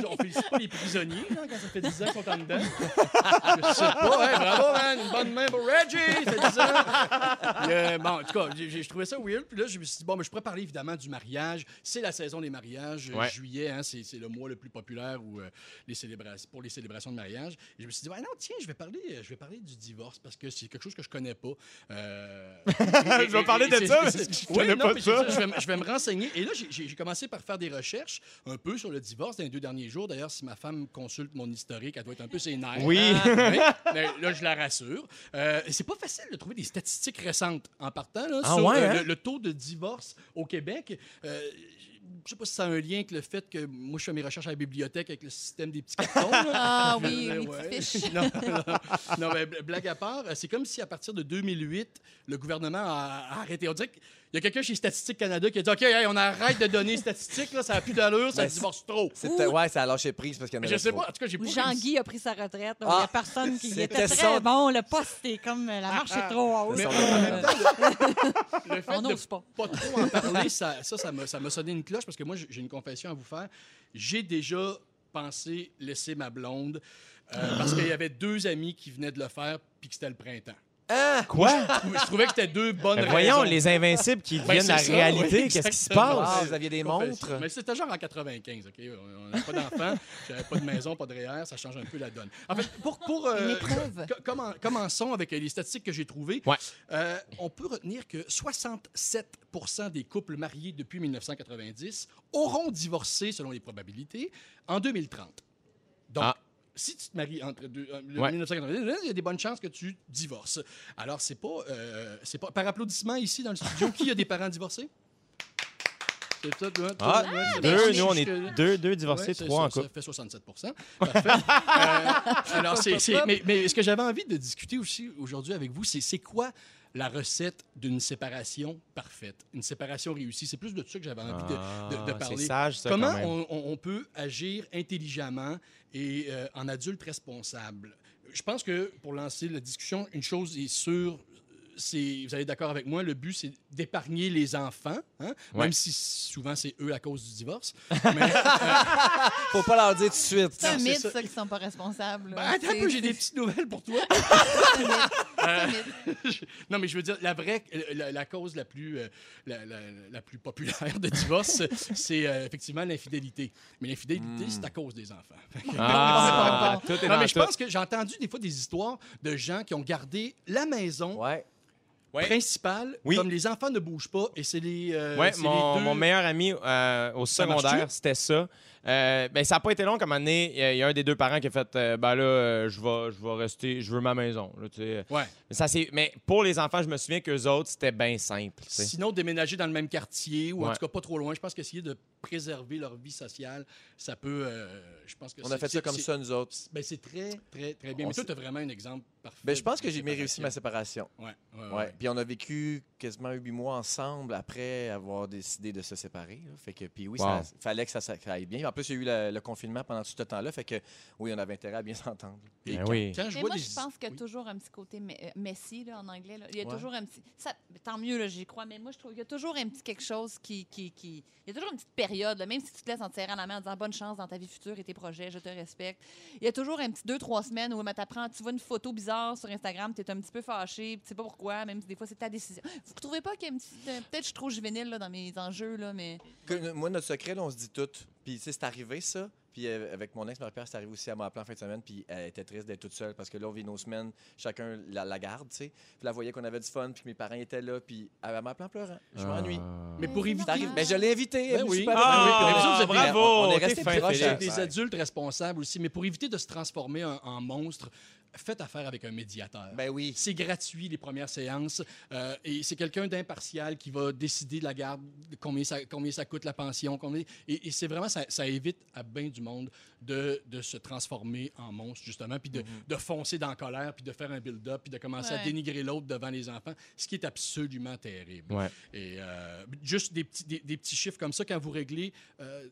On félicite pas les prisonniers là, quand ça fait 10 ans qu'on est en dedans. je sais pas, hein, bravo, man. Une bonne main pour Reggie, c'est 10 ans. Puis, euh, bon, en tout cas, j'ai- j'ai- je trouvais ça weird. Puis là, je me suis dit, bon, mais je pourrais parler évidemment du mariage. C'est la saison des mariages. euh, Ouais. Juillet, hein, c'est c'est le mois le plus populaire où, euh, les célébrations, pour les célébrations de mariage. Et je me suis dit, ouais, non, tiens, je vais parler, euh, je vais parler du divorce parce que c'est quelque chose que je connais pas. Euh, Je vais parler de c'est- ça, mais c'est- je Oui, connais non, pas mais ça. j'ai- Je vais, me- je vais me renseigner. Et là, j'ai- j'ai j'ai commencé par faire des recherches un peu sur le divorce dans les deux derniers jours. D'ailleurs, si ma femme consulte mon historique, elle doit être un peu sénère. Oui. mais là, je la rassure. Euh, c'est pas facile de trouver des statistiques récentes en partant là, Ah sur ouais, euh, hein? le, le taux de divorce au Québec. Euh, je sais pas si ça a un lien avec le fait que moi, je fais mes recherches à la bibliothèque avec le système des petits cartons. là. Ah oui, Euh, les ouais. petites fiches. non, non, euh, non, mais blague à part, c'est comme si à partir de 2008, le gouvernement a a arrêté. On dirait que Il y a quelqu'un chez Statistique Canada qui a dit OK, hey, on arrête de donner les statistiques, là, ça n'a plus d'allure, ça Ben, divorce trop. C'était- Ouais, ça a lâché prise parce qu'il y en Mais avait je sais trop. pas, en tout cas, j'ai pas Où réussi. Jean-Guy a pris sa retraite. Il n'y Ah, a personne qui il c'était était très son- Ah, bon. Le poste est comme... euh, La marche est trop haute. Mais- Euh, Le fait on de n'ose pas. pas trop en parler, ça, ça, ça m'a, ça m'a sonné une cloche parce que moi, j'ai j'ai une confession à vous faire. J'ai déjà pensé laisser ma blonde euh, parce qu'il y avait deux amis qui venaient de le faire puis que c'était le printemps. Quoi? Je trouvais que c'était deux bonnes Ben voyons, raisons. les invincibles qui Ben, deviennent c'est la ça, réalité, oui, qu'est-ce qui se exactement. passe? Ah, vous aviez des montres? Mais c'était genre en 95, OK? On n'avait pas d'enfants, j'avais pas de maison, pas de REER, ça change un peu la donne. En fait, pour... pour euh, Une épreuve. co- commen- commençons avec euh, les statistiques que j'ai trouvées. Ouais. Euh, on peut retenir que 67 des couples mariés depuis 1990 auront divorcé, selon les probabilités, en 2030. Donc, Ah. si tu te maries entre deux, euh, le Ouais. 1990, il y a des bonnes chances que tu divorces. Alors, c'est pas, euh, c'est pas. Par applaudissement ici dans le studio, qui a des parents divorcés? C'est ça, toi, toi, Ah, moi, c'est deux, parti nous, on jusque- est deux, deux Ouais, divorcés, c'est trois en ça, couple. Ça fait 67 Parfait. Euh, alors, c'est- c'est- mais, mais ce que j'avais envie de discuter aussi aujourd'hui avec vous, c'est c'est quoi la recette d'une séparation parfaite, une séparation réussie? C'est plus de ça que j'avais envie de- de, de Ah, parler. C'est sage, ça, Comment quand même. on, on- on peut agir intelligemment et euh, en adulte responsable? Je pense que pour lancer la discussion, une chose est sûre, c'est, vous allez être d'accord avec moi, le but, c'est d'épargner les enfants, hein, Ouais. même si souvent c'est eux à cause du divorce. Faut pas leur dire tout de suite. C'est un Non, c'est mythe, ça. ça, qu'ils sont pas responsables. Ben, là. attends un C'est- peu, j'ai des petites nouvelles pour toi. c'est un mythe, c'est un mythe. non, mais je veux dire, la vraie, la, la cause la plus, euh, la, la- la plus populaire de divorce, c'est euh, effectivement l'infidélité. Mais l'infidélité, c'est à cause des enfants. Ah, tout est non, dans mais je tout. pense que j'ai entendu des fois des histoires de gens qui ont gardé la maison Ouais. Ouais. principale, Oui. comme les enfants ne bougent pas, et c'est les, euh, Ouais, c'est les mon, deux- mon meilleur ami euh, au Ça marche-tu? secondaire, c'était ça. Euh, ben, ça n'a pas été long, comme année, il y a- il y a un des deux parents qui a fait euh, Ben là, euh, je vais je vais rester, je veux ma maison. là, tu sais. Ouais. Mais ça, c'est- mais pour les enfants, je me souviens qu'eux autres, c'était bien simple. tu sais. Sinon, déménager dans le même quartier ou en Ouais. tout cas pas trop loin. Je pense qu'essayer de préserver leur vie sociale, ça peut. euh, je pense que On a c'est- fait c'est- ça comme c'est- ça, nous autres. Ben, c'est très, très, très bien. On Mais toi, s'est- tu vraiment un exemple parfait. Ben, je pense de que j'ai bien réussi ma séparation. séparation. Ouais, ouais, Ouais. ouais. Puis on a vécu quasiment huit mois ensemble après avoir décidé de se séparer. là. Fait que, puis oui, ça- Wow. fallait que ça, ça- ça aille bien. En plus, il y a eu le, le confinement pendant tout ce temps-là. Fait que, oui, on avait intérêt à bien s'entendre. Et Ben quand- oui. quand je Mais vois moi, des- je pense qu'il y a oui. toujours un petit côté me- euh, messy là, en anglais. là. Il y a Ouais. toujours un petit. ça- tant mieux, là, j'y crois, mais moi, je trouve qu'il y a toujours un petit quelque chose qui. qui, qui- Il y a toujours une petite période, là, même si tu te laisses en tirer à la main en disant bonne chance dans ta vie future et tes projets, je te respecte. Il y a toujours un petit deux, trois semaines où mais t'apprends, tu vois une photo bizarre sur Instagram, tu es un petit peu fâché, tu sais pas pourquoi, même si des fois c'est ta décision. Vous ne trouvez pas qu'il y a une petite. euh, Peut-être que je suis trop juvénile là, dans mes enjeux, là, mais. Que- euh, moi, notre secret, là, on se dit tout. Puis, tu sais, c'est arrivé, ça. Puis, euh, avec mon ex, Marie-Pierre, c'est arrivé aussi à m'appeler en fin de semaine. Puis, elle était triste d'être toute seule parce que là, on vit nos semaines, chacun la, la garde, tu sais. Puis, elle voyait qu'on avait du fun, puis que mes parents étaient là. Puis, elle m'appelait en pleurant. Je m'ennuie. Euh, Mais pour c'est éviter- C'est arrivé. normal. Mais je l'ai invitée. elle Ben est oui. venue souper avec Ah, moi, puis on- mais vous autres, vous êtes on- on- On bravo. est T'es resté fin, proches. Félix. hein. des adultes responsables aussi. Mais pour éviter de se transformer en, en monstre, faites affaire avec un médiateur. Ben oui. C'est gratuit, les premières séances. euh, et c'est quelqu'un d'impartial qui va décider de la garde, de combien ça, combien ça coûte la pension. Combien, et et c'est vraiment, ça, ça évite à bien du monde de, de se transformer en monstre, justement, puis de, de foncer dans la colère, puis de faire un build-up, puis de commencer à Ouais. dénigrer l'autre devant les enfants, ce qui est absolument terrible. Ouais. Et euh, juste des petits, des, des petits chiffres comme ça, quand vous réglez euh,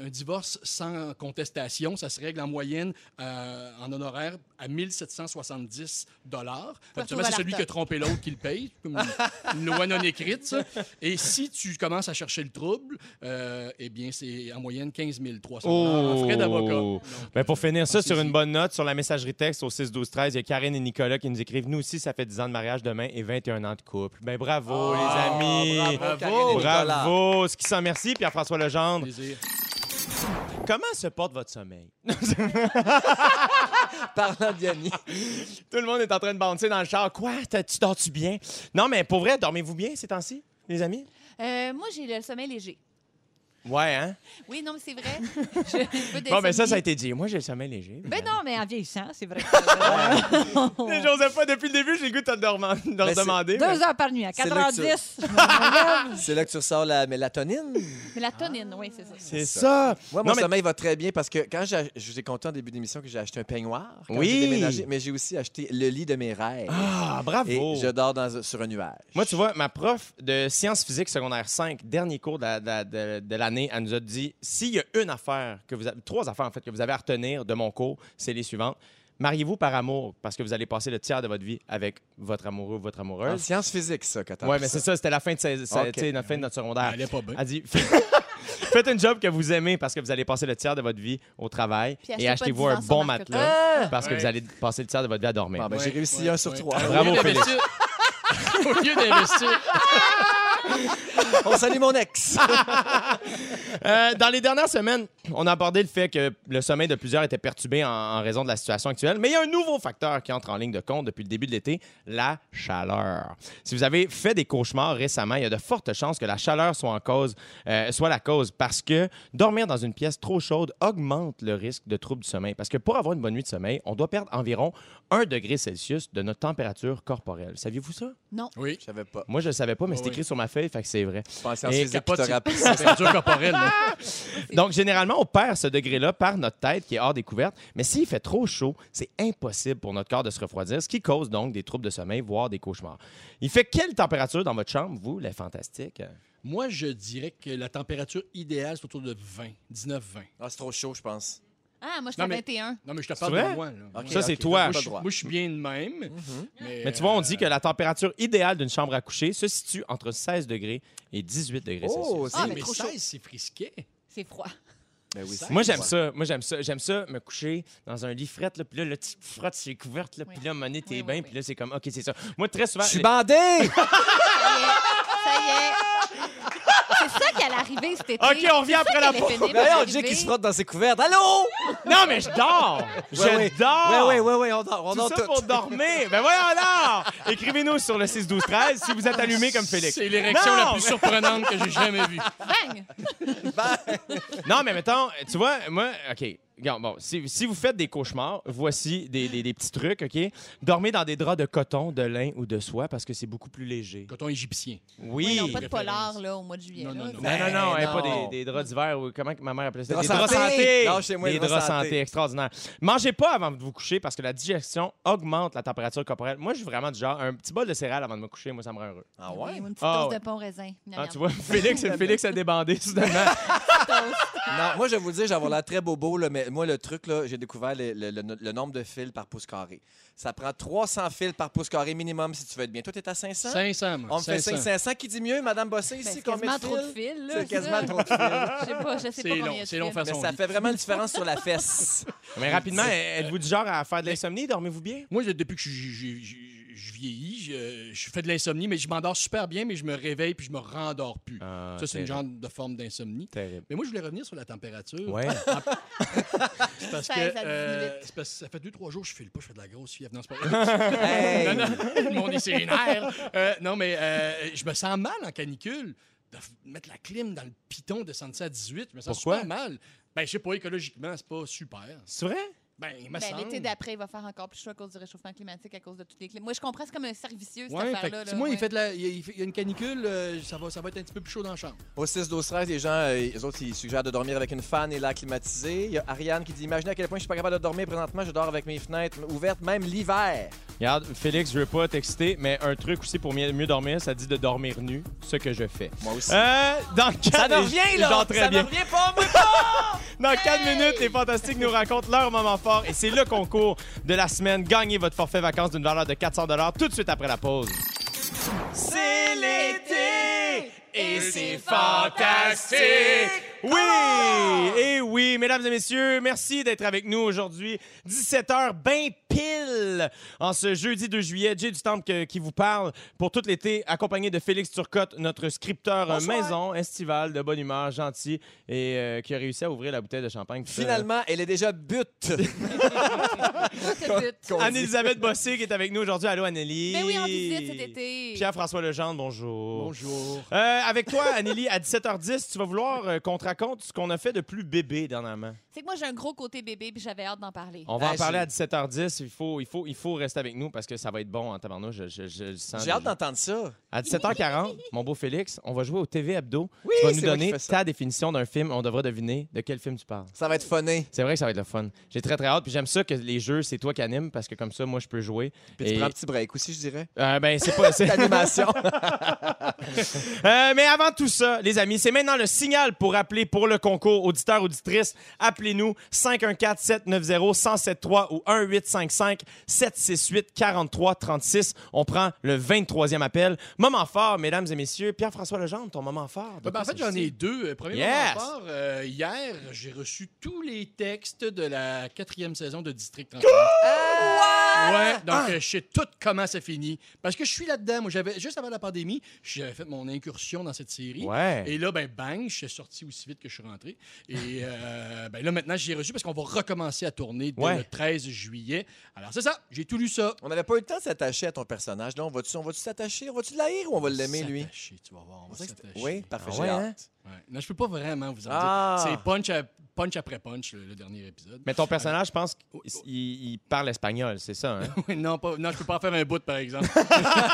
un, un divorce sans contestation, ça se règle en moyenne euh, en honoraire à 1770 dollars. Habituellement, c'est retrouver celui l'argent. qui a trompé l'autre qui le paye, comme une, une loi non écrite. ça. Et si tu commences à chercher le trouble, euh, eh bien, c'est en moyenne 15 300 dollars en frais d'avocat. Oh! Donc, Ben, pour finir ça sur pensez-y. une bonne note, sur la messagerie texte au 6 12 13, il y a Karine et Nicolas qui nous écrivent Nous aussi, ça fait 10 ans de mariage demain et 21 ans de couple. Ben bravo, les Ah, amis. bravo, Bravo, Karine et Nicolas. ce qui s'en merci. Puis à François Legendre, plaisir. comment se porte votre sommeil? Parlant de Yanni. Tout le monde est en train de bouncer dans le char. Quoi? T'as- Tu dors-tu bien? Non, mais pour vrai, dormez-vous bien ces temps-ci, les amis? Euh, moi, j'ai le sommeil léger. Ouais, hein? Oui, non, mais c'est vrai. Je- peu Bon, ben ça, ça a d'insomnie. été dit. Moi, j'ai le sommeil léger. Ben non, mais en vieillissant, c'est vrai. Mais J'osais pas depuis le début, j'ai le goût de te le reman- de Ben, leur c'est- demander. mais- Deux heures par nuit, à C'est là que tu- 4h10. je me relève. C'est là que tu ressors la mélatonine. Mais la tonine, oui, c'est ça. C'est ça. Moi, Non, mon mais- sommeil va très bien parce que quand j'ai- je vous ai conté en début d'émission que j'ai acheté un peignoir, quand Oui. j'ai déménagé, mais j'ai aussi acheté le lit de mes rêves. Ah, Et bravo. je dors dans, sur un nuage. Moi, tu vois, ma prof de sciences physiques secondaire 5, dernier cours de, la- de la- de- de l'année, elle nous a dit s'il y a une affaire que vous avez, trois affaires en fait que vous avez à retenir de mon cours, c'est les suivantes. Mariez-vous par amour parce que vous allez passer le tiers de votre vie avec votre amoureux ou votre En amoureuse. sciences physiques, ça, quand t'as Ouais, appris mais c'est ça, c'était la fin de, sais- sais- Ah, Ok. tu sais, notre fin de notre Ah. secondaire. Elle est pas bien. Elle dit faites faites un job que vous aimez parce que vous allez passer le tiers de votre vie au travail Puis achetez et pas de achetez-vous divan un sans bon marque-papier. matelas parce que Ouais. vous allez passer le tiers de votre vie à dormir. Ah, ben, j'ai Ouais, réussi ouais, un sur ouais. trois. Ah, Bravo, Au lieu Félix. d'investir- Au lieu d'investir. On salue mon ex. Ah. Euh, dans les dernières semaines, on a abordé le fait que le sommeil de plusieurs était perturbé en, en raison de la situation actuelle, mais il y a un nouveau facteur qui entre en ligne de compte depuis le début de l'été, la chaleur. Si vous avez fait des cauchemars récemment, il y a de fortes chances que la chaleur soit, en cause, euh, soit la cause parce que dormir dans une pièce trop chaude augmente le risque de troubles du sommeil. Parce que pour avoir une bonne nuit de sommeil, on doit perdre environ 1 degré Celsius de notre température corporelle. Saviez-vous ça? Oui, Je savais pas. Moi, je ne savais pas, mais Ah c'est oui. écrit sur ma feuille, fait que c'est vrai. Je pensais en Et physique, capote, je te c'est- rappelle. température corporelle. là. Donc, généralement, on perd ce degré-là par notre tête qui est hors découverte. Mais s'il fait trop chaud, c'est impossible pour notre corps de se refroidir, ce qui cause donc des troubles de sommeil, voire des cauchemars. Il fait quelle température dans votre chambre, vous, les fantastiques? Moi, je dirais que la température idéale, c'est autour de 20, 19-20. Ah, c'est trop chaud, je pense. Ah, moi, je suis Non, à mais- 21. Non, mais je te C'est parle vrai? de moi. là. Ok, Ça, c'est ok, toi. t'as Moi, pas je, le droit. moi, je suis bien de même. Mais, Mais tu vois, on euh, dit que la température idéale d'une chambre à coucher se situe entre 16 degrés et 18 degrés Oh, Celsius. c'est Ah, mais mais trop 16, chaud. c'est frisquet. C'est froid. Ben oui, ça- c'est- Moi, j'aime Ouais. ça. Moi, j'aime ça. J'aime ça, me coucher dans un lit fret, là, puis là, le petit frotte sur les couvertes, là, Oui. puis là, monnaie, t'es Oui, oui, bien, oui. puis là, c'est comme, OK, c'est ça. Moi, très souvent... Je suis les- bandé! Ça y est. Ça y est. C'est ça qui allait arriver cet été. OK, on revient après la pause. Mais voyons, Jake, qui se frotte dans ses couvertes. Allô? Non, mais je dors! Je Ouais, dors! Ouais, ouais, ouais, ouais, on dort, on Tout dort ça tout. pour dormir. Ben voyons alors! Écrivez-nous sur le 6-12-13 si vous êtes allumé comme Félix. C'est l'érection la Non, plus surprenante que j'ai jamais vue. Bang! Non, mais mettons, tu vois, moi, OK. Regarde, bon, si, si vous faites des cauchemars, voici des, des- des petits trucs, OK? Dormez dans des draps de coton, de lin ou de soie parce que c'est beaucoup plus léger. Coton égyptien. Oui. Oui, non, pas de Préférence. polar, là, au mois de juillet. Non, là. non, non. Non, non, non, Ben hein, pas non. des, des draps d'hiver ou comment que ma mère appelait ça? Draps des draps santé. santé! Non, chez moi, des draps santé, extraordinaire. Mangez pas avant de vous coucher parce que la digestion augmente la température corporelle. Moi, je suis vraiment du genre, un petit bol de céréales avant de me coucher, moi, ça me rend heureux. Ah Oui, ouais? Une petite Ah, dose ouais. de pont raisin. Ah, Miam, tu miam. vois, Félix, Félix a débandé soudainement. Non, moi, je vais vous le dire, j'ai avoir l'air très bobo, là, mais moi, le truc, là, j'ai découvert le, le- le- le nombre de fils par pouce carré. Ça prend 300 fils par pouce carré minimum si tu veux être bien. Toi, t'es à 500? 500, moi. On me fait 500. Qui dit mieux, Madame Bossé, Ben, ici, C'est combien quasiment de trop fils? de fils, là. C'est quasiment ça. trop de fils. Je sais pas, je sais pas C'est combien long, de c'est long fils. faire Mais son ça lit. fait vraiment une différence sur la fesse. Mais rapidement, êtes-vous du genre à faire de l'insomnie? Dormez-vous bien? Moi, je- depuis que je, je- je- je vieillis, je, je fais de l'insomnie, mais je m'endors super bien, mais je me réveille puis je me rendors plus. Ah, ça, c'est une genre de forme d'insomnie. Terrible. Mais moi, je voulais revenir sur la température. Ouais. C'est parce, que, 16 à euh, 18. c'est parce que ça fait deux, trois jours que je file pas, je fais de la grosse fièvre. Non, c'est pas vrai. Hey! Non, non, mon est sérénaire. Euh, non, mais euh, je me sens mal en canicule de f- mettre la clim dans le piton de 117 à 18. Je me sens Pourquoi? super mal. Ben, je sais pas, écologiquement, c'est pas super. C'est vrai? Ben, il me Ben, semble. l'été d'après, il va faire encore plus chaud à cause du réchauffement climatique, à cause de toutes les clés. Moi, je comprends, c'est comme un servicieux, cette Ouais, fait que, affaire-là. tu sais, là, moi, ouais. il, fait de la- il- il fait- il y a une canicule, euh, ça, va, ça va être un petit peu plus chaud dans la chambre. Au 6 12 13 les gens, euh, eux autres, ils suggèrent de dormir avec une fan et l'air climatisé. Il y a Ariane qui dit Imaginez à quel point je suis pas capable de dormir présentement, je dors avec mes fenêtres ouvertes, même l'hiver. Regarde, Félix, je veux pas t'exciter, mais un truc aussi pour mieux mieux dormir, ça dit de dormir nu, ce que je fais. Moi aussi. Euh, dans ça quatre- ne je- revient, je Ah, là dors très Ça bien. ne revient pas, moi Dans 4 minutes, les Fantastiques nous racontent leur moment fort et c'est le concours de la semaine. Gagnez votre forfait vacances d'une valeur de 400 tout de suite après la pause. C'est l'été et c'est fantastique. Eh Oui, et oui, mesdames et messieurs, merci d'être avec nous aujourd'hui. 17h, ben pile Hill. En ce jeudi 2 juillet, Jay du Temple que- qui vous parle pour tout l'été, accompagné de Félix Turcotte, notre scripteur euh, maison estival de bonne humeur, gentil et euh, qui a réussi à ouvrir la bouteille de champagne. tout seul. Finalement, elle est déjà but. Te bute. Anne-Elisabeth Bossé qui est avec nous aujourd'hui. Allô, Anneli. Mais Ben oui, en visite cet été. Pierre-François Legendre, bonjour. Bonjour. Euh, avec toi, Anneli, à 17h10, tu vas vouloir euh, qu'on te raconte ce qu'on a fait de plus bébé dernièrement. C'est que moi, j'ai un gros côté bébé, puis j'avais hâte d'en parler. On va Ah, en parler j'ai- à 17h10. Il faut, il, faut, il faut rester avec nous parce que ça va être bon en tabarnouche. Je, je- je le sens. J'ai hâte déjà. d'entendre ça. À 17h40, mon beau Félix, on va jouer au TV Hebdo. Oui, tu vas nous c'est moi qui donner fais ça. ta définition d'un film. On devra deviner de quel film tu parles. Ça va être funné. C'est vrai que ça va être le fun. J'ai très, très hâte. Puis j'aime ça que les jeux, c'est toi qui animes parce que comme ça, moi, je peux jouer. Puis tu Et- prends un petit break aussi, je dirais. Euh, ben, c'est pas. c'est- Animation. Euh, mais avant tout ça, les amis, c'est maintenant le signal pour appeler pour le concours. Auditeurs, auditrices, appelez-nous 514-790-1073 ou 1855-768-4336. On prend le 23e appel. Moment fort, mesdames et messieurs. Pierre-François Legendre, ton moment fort. de Ouais, quoi ben, en fait, j'en s'agit-il? ai deux. Euh, Premier Yes! moment fort, euh, hier, j'ai reçu tous les textes de la quatrième saison de District 31. ouais, donc Ah! euh, je sais tout comment ça finit. Parce que je suis là-dedans. Moi, j'avais juste avant la pandémie, j'avais fait mon incursion dans cette série. Ouais. Et là, ben bang, je suis sorti aussi vite que je suis rentré. Et euh, ben là, maintenant, j'ai reçu parce qu'on va recommencer à tourner dès Ouais. le 13 juillet. Alors, c'est ça, j'ai tout lu ça. on n'avait pas eu le temps de s'attacher à ton personnage. Là, on va-tu on va s'attacher? On va-tu l'haïr ou on va l'aimer, lui? S'attacher, tu vas voir, on On va dirait que c'était- s'attacher. Oui, parfait. Ah j'ai ouais, hâte. hein? Ouais. Non, je peux pas vraiment vous en Ah. dire. C'est punch, à- punch après punch, le, le dernier épisode. Mais ton personnage, je pense qu'il il parle espagnol, c'est ça. Hein? Oui, non, pas, non, je peux pas en faire un bout, par exemple. je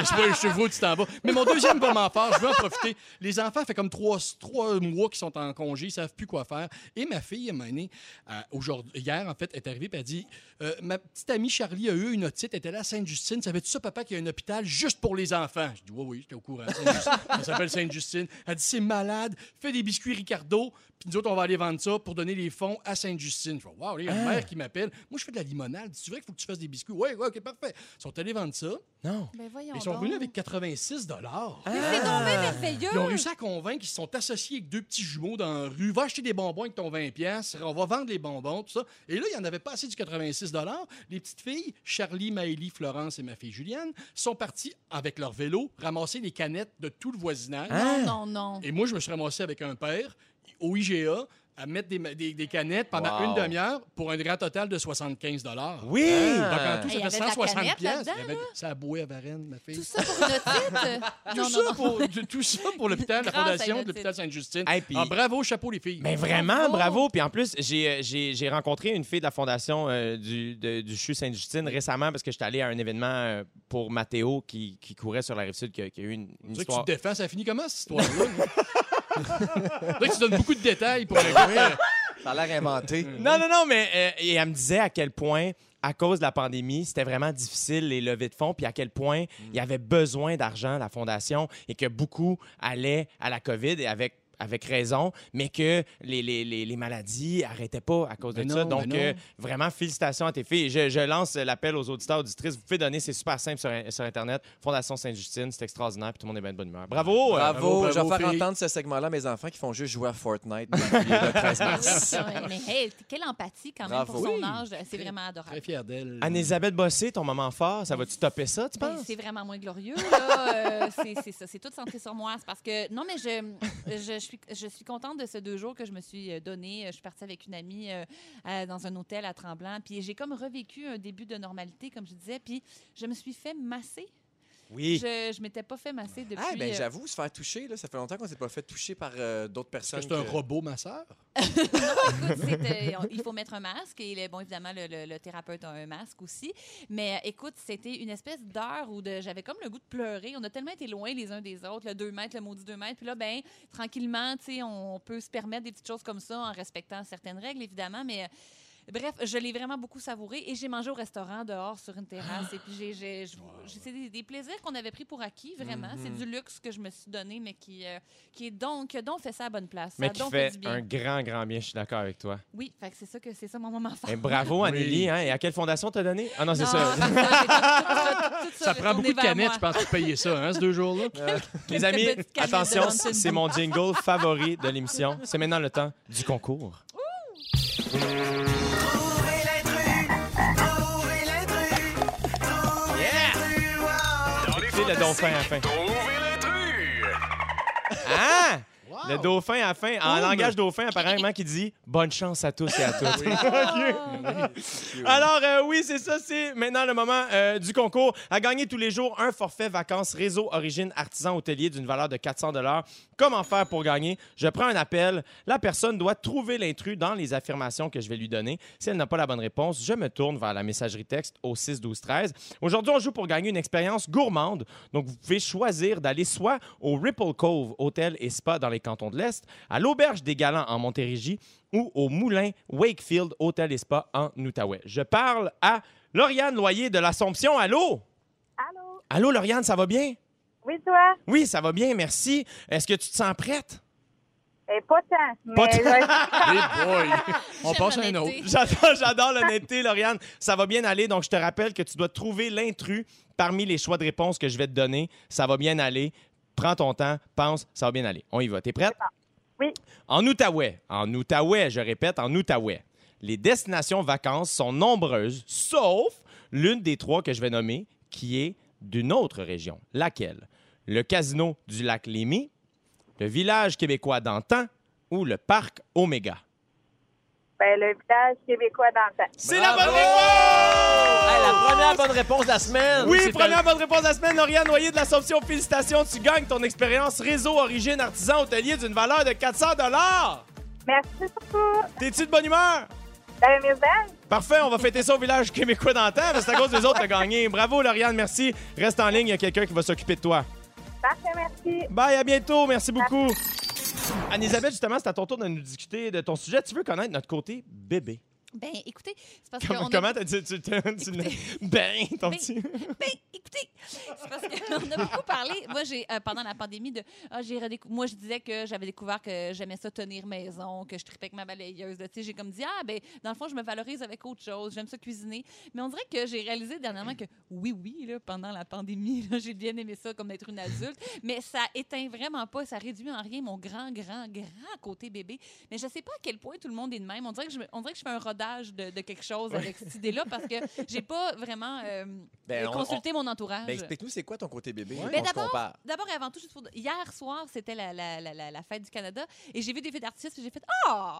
sais pas, je vous, tu t'en vas. Mais mon deuxième moment fort, je veux en profiter. Les enfants, fait comme trois, trois mois qu'ils sont en congé, ils savent plus quoi faire. Et ma fille, à un moment donné, euh, aujourd'hui, hier, en fait, est arrivée et a dit euh, Ma petite amie Charlie a eu une otite, elle était là à Sainte-Justine. Savais-tu ça, papa, qu'il y a un hôpital juste pour les enfants Je dis Oui, oui, j'étais au courant. Sainte-Justine. Ça s'appelle Sainte-Justine. Elle dit C'est malade, fais des biscuits Ricardo, puis nous autres, on va aller vendre ça pour donner les fonds à Sainte-Justine. Je fais Waouh, il y a une mère qui m'appelle. Moi, je fais de la limonade. C'est vrai qu'il faut que tu fasses des biscuits. Oui, oui, OK, parfait. Ils sont allés vendre ça. hein? Non. Ben voyons Ils sont donc. Ah revenus avec 86 dollars. Mais c'est donc bien merveilleux. Ils ont réussi à convaincre qu'ils se sont associés avec deux petits jumeaux dans la rue. Va acheter des bonbons avec ton 20$, piastres, on va vendre les bonbons, tout ça. Et là, il n'y en avait pas assez du 86 Les petites filles, Charlie, Maëlie, Florence et ma fille Juliane, sont parties avec leur vélo ramasser les canettes de tout le voisinage. Non, non, non. Et moi, je me suis ramassé avec un père au IGA à mettre des, ma- des- des canettes pendant Wow. une demi-heure pour un grand total de 75 Oui! Donc, en tout, Il y ça fait avait de la 160 canette piastres. là-dedans, Il y avait- Ça a boué à Varennes, ma fille. Tout ça pour une otite? Tout, non, ça, non, non. Pour, de- tout ça pour l'hôpital, la Grâce à fondation notre de l'hôpital Sainte-Justine. Hey, puis- Ah, bravo, chapeau, les filles. Mais vraiment, Oh, Bravo. bravo. Puis en plus, j'ai, euh, j'ai, j'ai rencontré une fille de la fondation euh, du, de- du CHU Sainte-Justine récemment parce que j'étais allé à un événement euh, pour Mathéo qui, qui courait sur la Rive-Sud, qui, a- qui a eu une, une Tu sais que tu histoire... te défends, ça finit comment, cette histoire-là? non? Là, tu donnes beaucoup de détails pour euh, le Ça a l'air inventé. Non, non, non, mais euh, et elle me disait à quel point, à cause de la pandémie, c'était vraiment difficile les levées de fonds, puis à quel point Mm. il y avait besoin d'argent, la fondation, et que beaucoup allaient à la COVID et avec avec raison, mais que les, les, les, les maladies arrêtaient pas à cause Ben de ça. non, Donc, ben non. euh, vraiment, félicitations à tes filles. Et Je, je lance l'appel aux auditeurs, auditrices. Vous pouvez donner, c'est super simple sur, sur Internet. Fondation Sainte-Justine, c'est extraordinaire, puis tout le monde est bien de bonne humeur. Bravo! euh, Bravo, bravo, je vais faire filles. entendre ce segment-là à mes enfants qui font juste jouer à Fortnite dans le milieu de 13 Oui, mars. c'est vrai. mais hey, quelle empathie quand même pour Bravo. son Oui. âge. C'est vraiment Très adorable. fier d'elle. Euh, Anne-Elisabeth Bossé, ton moment fort, ça va-tu topper ça, tu Ben, penses? C'est vraiment moins glorieux, là. Euh, c'est c'est ça. C'est tout centré sur moi. C'est parce que, non, mais je, je, suis, je suis contente de ces deux jours que je me suis euh, donnée. Je suis partie avec une amie euh, à- dans un hôtel à Tremblant. Puis j'ai comme revécu un début de normalité, comme je disais. Puis je me suis fait masser. Oui. Je ne m'étais pas fait masser depuis. Ah, ben euh, j'avoue, se faire toucher, là, ça fait longtemps qu'on s'est pas fait toucher par euh, d'autres Est-ce que personnes. c'est un que- robot, ma sœur? Écoute, c'est, euh, on- il faut mettre un masque et le- bon évidemment le, le- le thérapeute a un masque aussi. Mais euh, écoute, c'était une espèce d'heure où de- j'avais comme le goût de pleurer. On a tellement été loin les uns des autres, le 2 mètres, le maudit 2 mètres. Puis là, ben tranquillement, tu sais, on, on peut se permettre des petites choses comme ça en respectant certaines règles évidemment, mais euh, Bref, je l'ai vraiment beaucoup savouré et j'ai mangé au restaurant dehors sur une terrasse. Et puis, j'ai, j'ai- je- j'ai- c'est des, des plaisirs qu'on avait pris pour acquis, vraiment. C'est du luxe que je me suis donné, mais qui, euh, qui est donc, qui a donc fait ça à bonne place. Ça Mais a qui donc fait du bien. un grand, grand bien, je suis d'accord avec toi. Oui, fait que c'est ça que c'est ça mon moment fort. Et bravo, Anneli. Hein? Et à quelle fondation t'as donné? Ah non, Ah, c'est ça. c'est ça, j'ai tout- tout- tout- tout Ça prend retourné beaucoup de vers canettes, je moi. pense, pour payer ça, hein, ces deux jours-là. Les amis, Petite canette de attention, Mountain c'est Dew. mon jingle favori de l'émission. C'est maintenant le temps du concours. Trouvez l'intrus, trouvez le dauphin à la fin. Trouvez l'intrus! Ah! Wow! Le dauphin à la fin, en Boum. langage dauphin, apparemment, qui dit bonne chance à tous et à toutes. Cute. Alors, euh, oui, c'est ça, c'est maintenant le moment euh, du concours. À gagner tous les jours un forfait vacances réseau origine artisan hôtelier d'une valeur de 400 Comment faire pour gagner? Je prends un appel. La personne doit trouver l'intrus dans les affirmations que je vais lui donner. Si elle n'a pas la bonne réponse, je me tourne vers la messagerie texte au 6 12 13. Aujourd'hui, on joue pour gagner une expérience gourmande. Donc, vous pouvez choisir d'aller soit au Ripple Cove, hôtel et spa dans les cantons de l'Est, à l'Auberge des Galants en Montérégie ou au Moulin Wakefield, hôtel et spa en Outaouais. Je parle à Lauriane Loyer de l'Assomption. Allô? Allô? Allô, Lauriane, ça va bien? Oui, toi? Oui, ça va bien, merci. Est-ce que tu te sens prête? Eh, pas tant. Mais Pas tant. je vais essayer. Ah! On passe à un autre. J'adore, j'adore l'honnêteté, Lauriane. Ça va bien aller, donc je te rappelle que tu dois trouver l'intrus parmi les choix de réponses que je vais te donner. Ça va bien aller. Prends ton temps, pense, ça va bien aller. On y va. T'es prête? Oui. En Outaouais, en Outaouais, je répète, en Outaouais, les destinations vacances sont nombreuses, sauf l'une des trois que je vais nommer, qui est d'une autre région. Laquelle? Le casino du lac Lémy, le village québécois d'antan ou le parc Oméga? ben, le village québécois dans le temps. C'est la Bravo! bonne réponse! Hey, la première bonne réponse de la semaine! Oui, première bonne réponse de la semaine, Lauriane Noyer de l'Assomption. Félicitations, tu gagnes ton expérience réseau origine artisan hôtelier d'une valeur de 400 Merci beaucoup. T'es-tu de bonne humeur? Ben, mes belles, Parfait, on va fêter ça au village québécois d'antan, parce que c'est à cause des autres que t'as gagné. Bravo, Lauriane, merci. Reste en ligne, il y a quelqu'un qui va s'occuper de toi. parfait, merci. Bye, à bientôt, merci beaucoup. Anne-Isabelle, justement, c'est à ton tour de nous discuter de ton sujet. Tu veux connaître notre côté bébé. Ben, écoutez, c'est parce Comment qu'on comment a... t'as dit? Tu, tu- tu- ben, ton Ben. petit... Ben, écoutez, c'est parce qu'on a beaucoup parlé. Moi, j'ai euh, pendant la pandémie de, ah, j'ai redécou- moi, je disais que j'avais découvert que j'aimais ça tenir maison, que je tripais avec ma balayeuse. là. Tu sais, j'ai comme dit, ah, ben, dans le fond, je me valorise avec autre chose. J'aime ça cuisiner. Mais on dirait que j'ai réalisé dernièrement que, oui, oui, là, pendant la pandémie, là, j'ai bien aimé ça comme d'être une adulte. Mais ça éteint vraiment pas, ça réduit en rien mon grand, grand, grand côté bébé. Mais je sais pas à quel point tout le monde est de même. On dirait que je, me- on dirait que je fais un rodage de, de quelque chose avec cette idée-là parce que j'ai pas vraiment. euh, Ben, euh, on- consulter mon entourage. on- ben, Explique-nous, c'est quoi ton côté bébé? Ouais. On Ben, se d'abord- compare. D'abord et avant tout, juste pour... hier soir, c'était la, la- la- la- la fête du Canada et j'ai vu des feux d'artifice et j'ai fait Ah!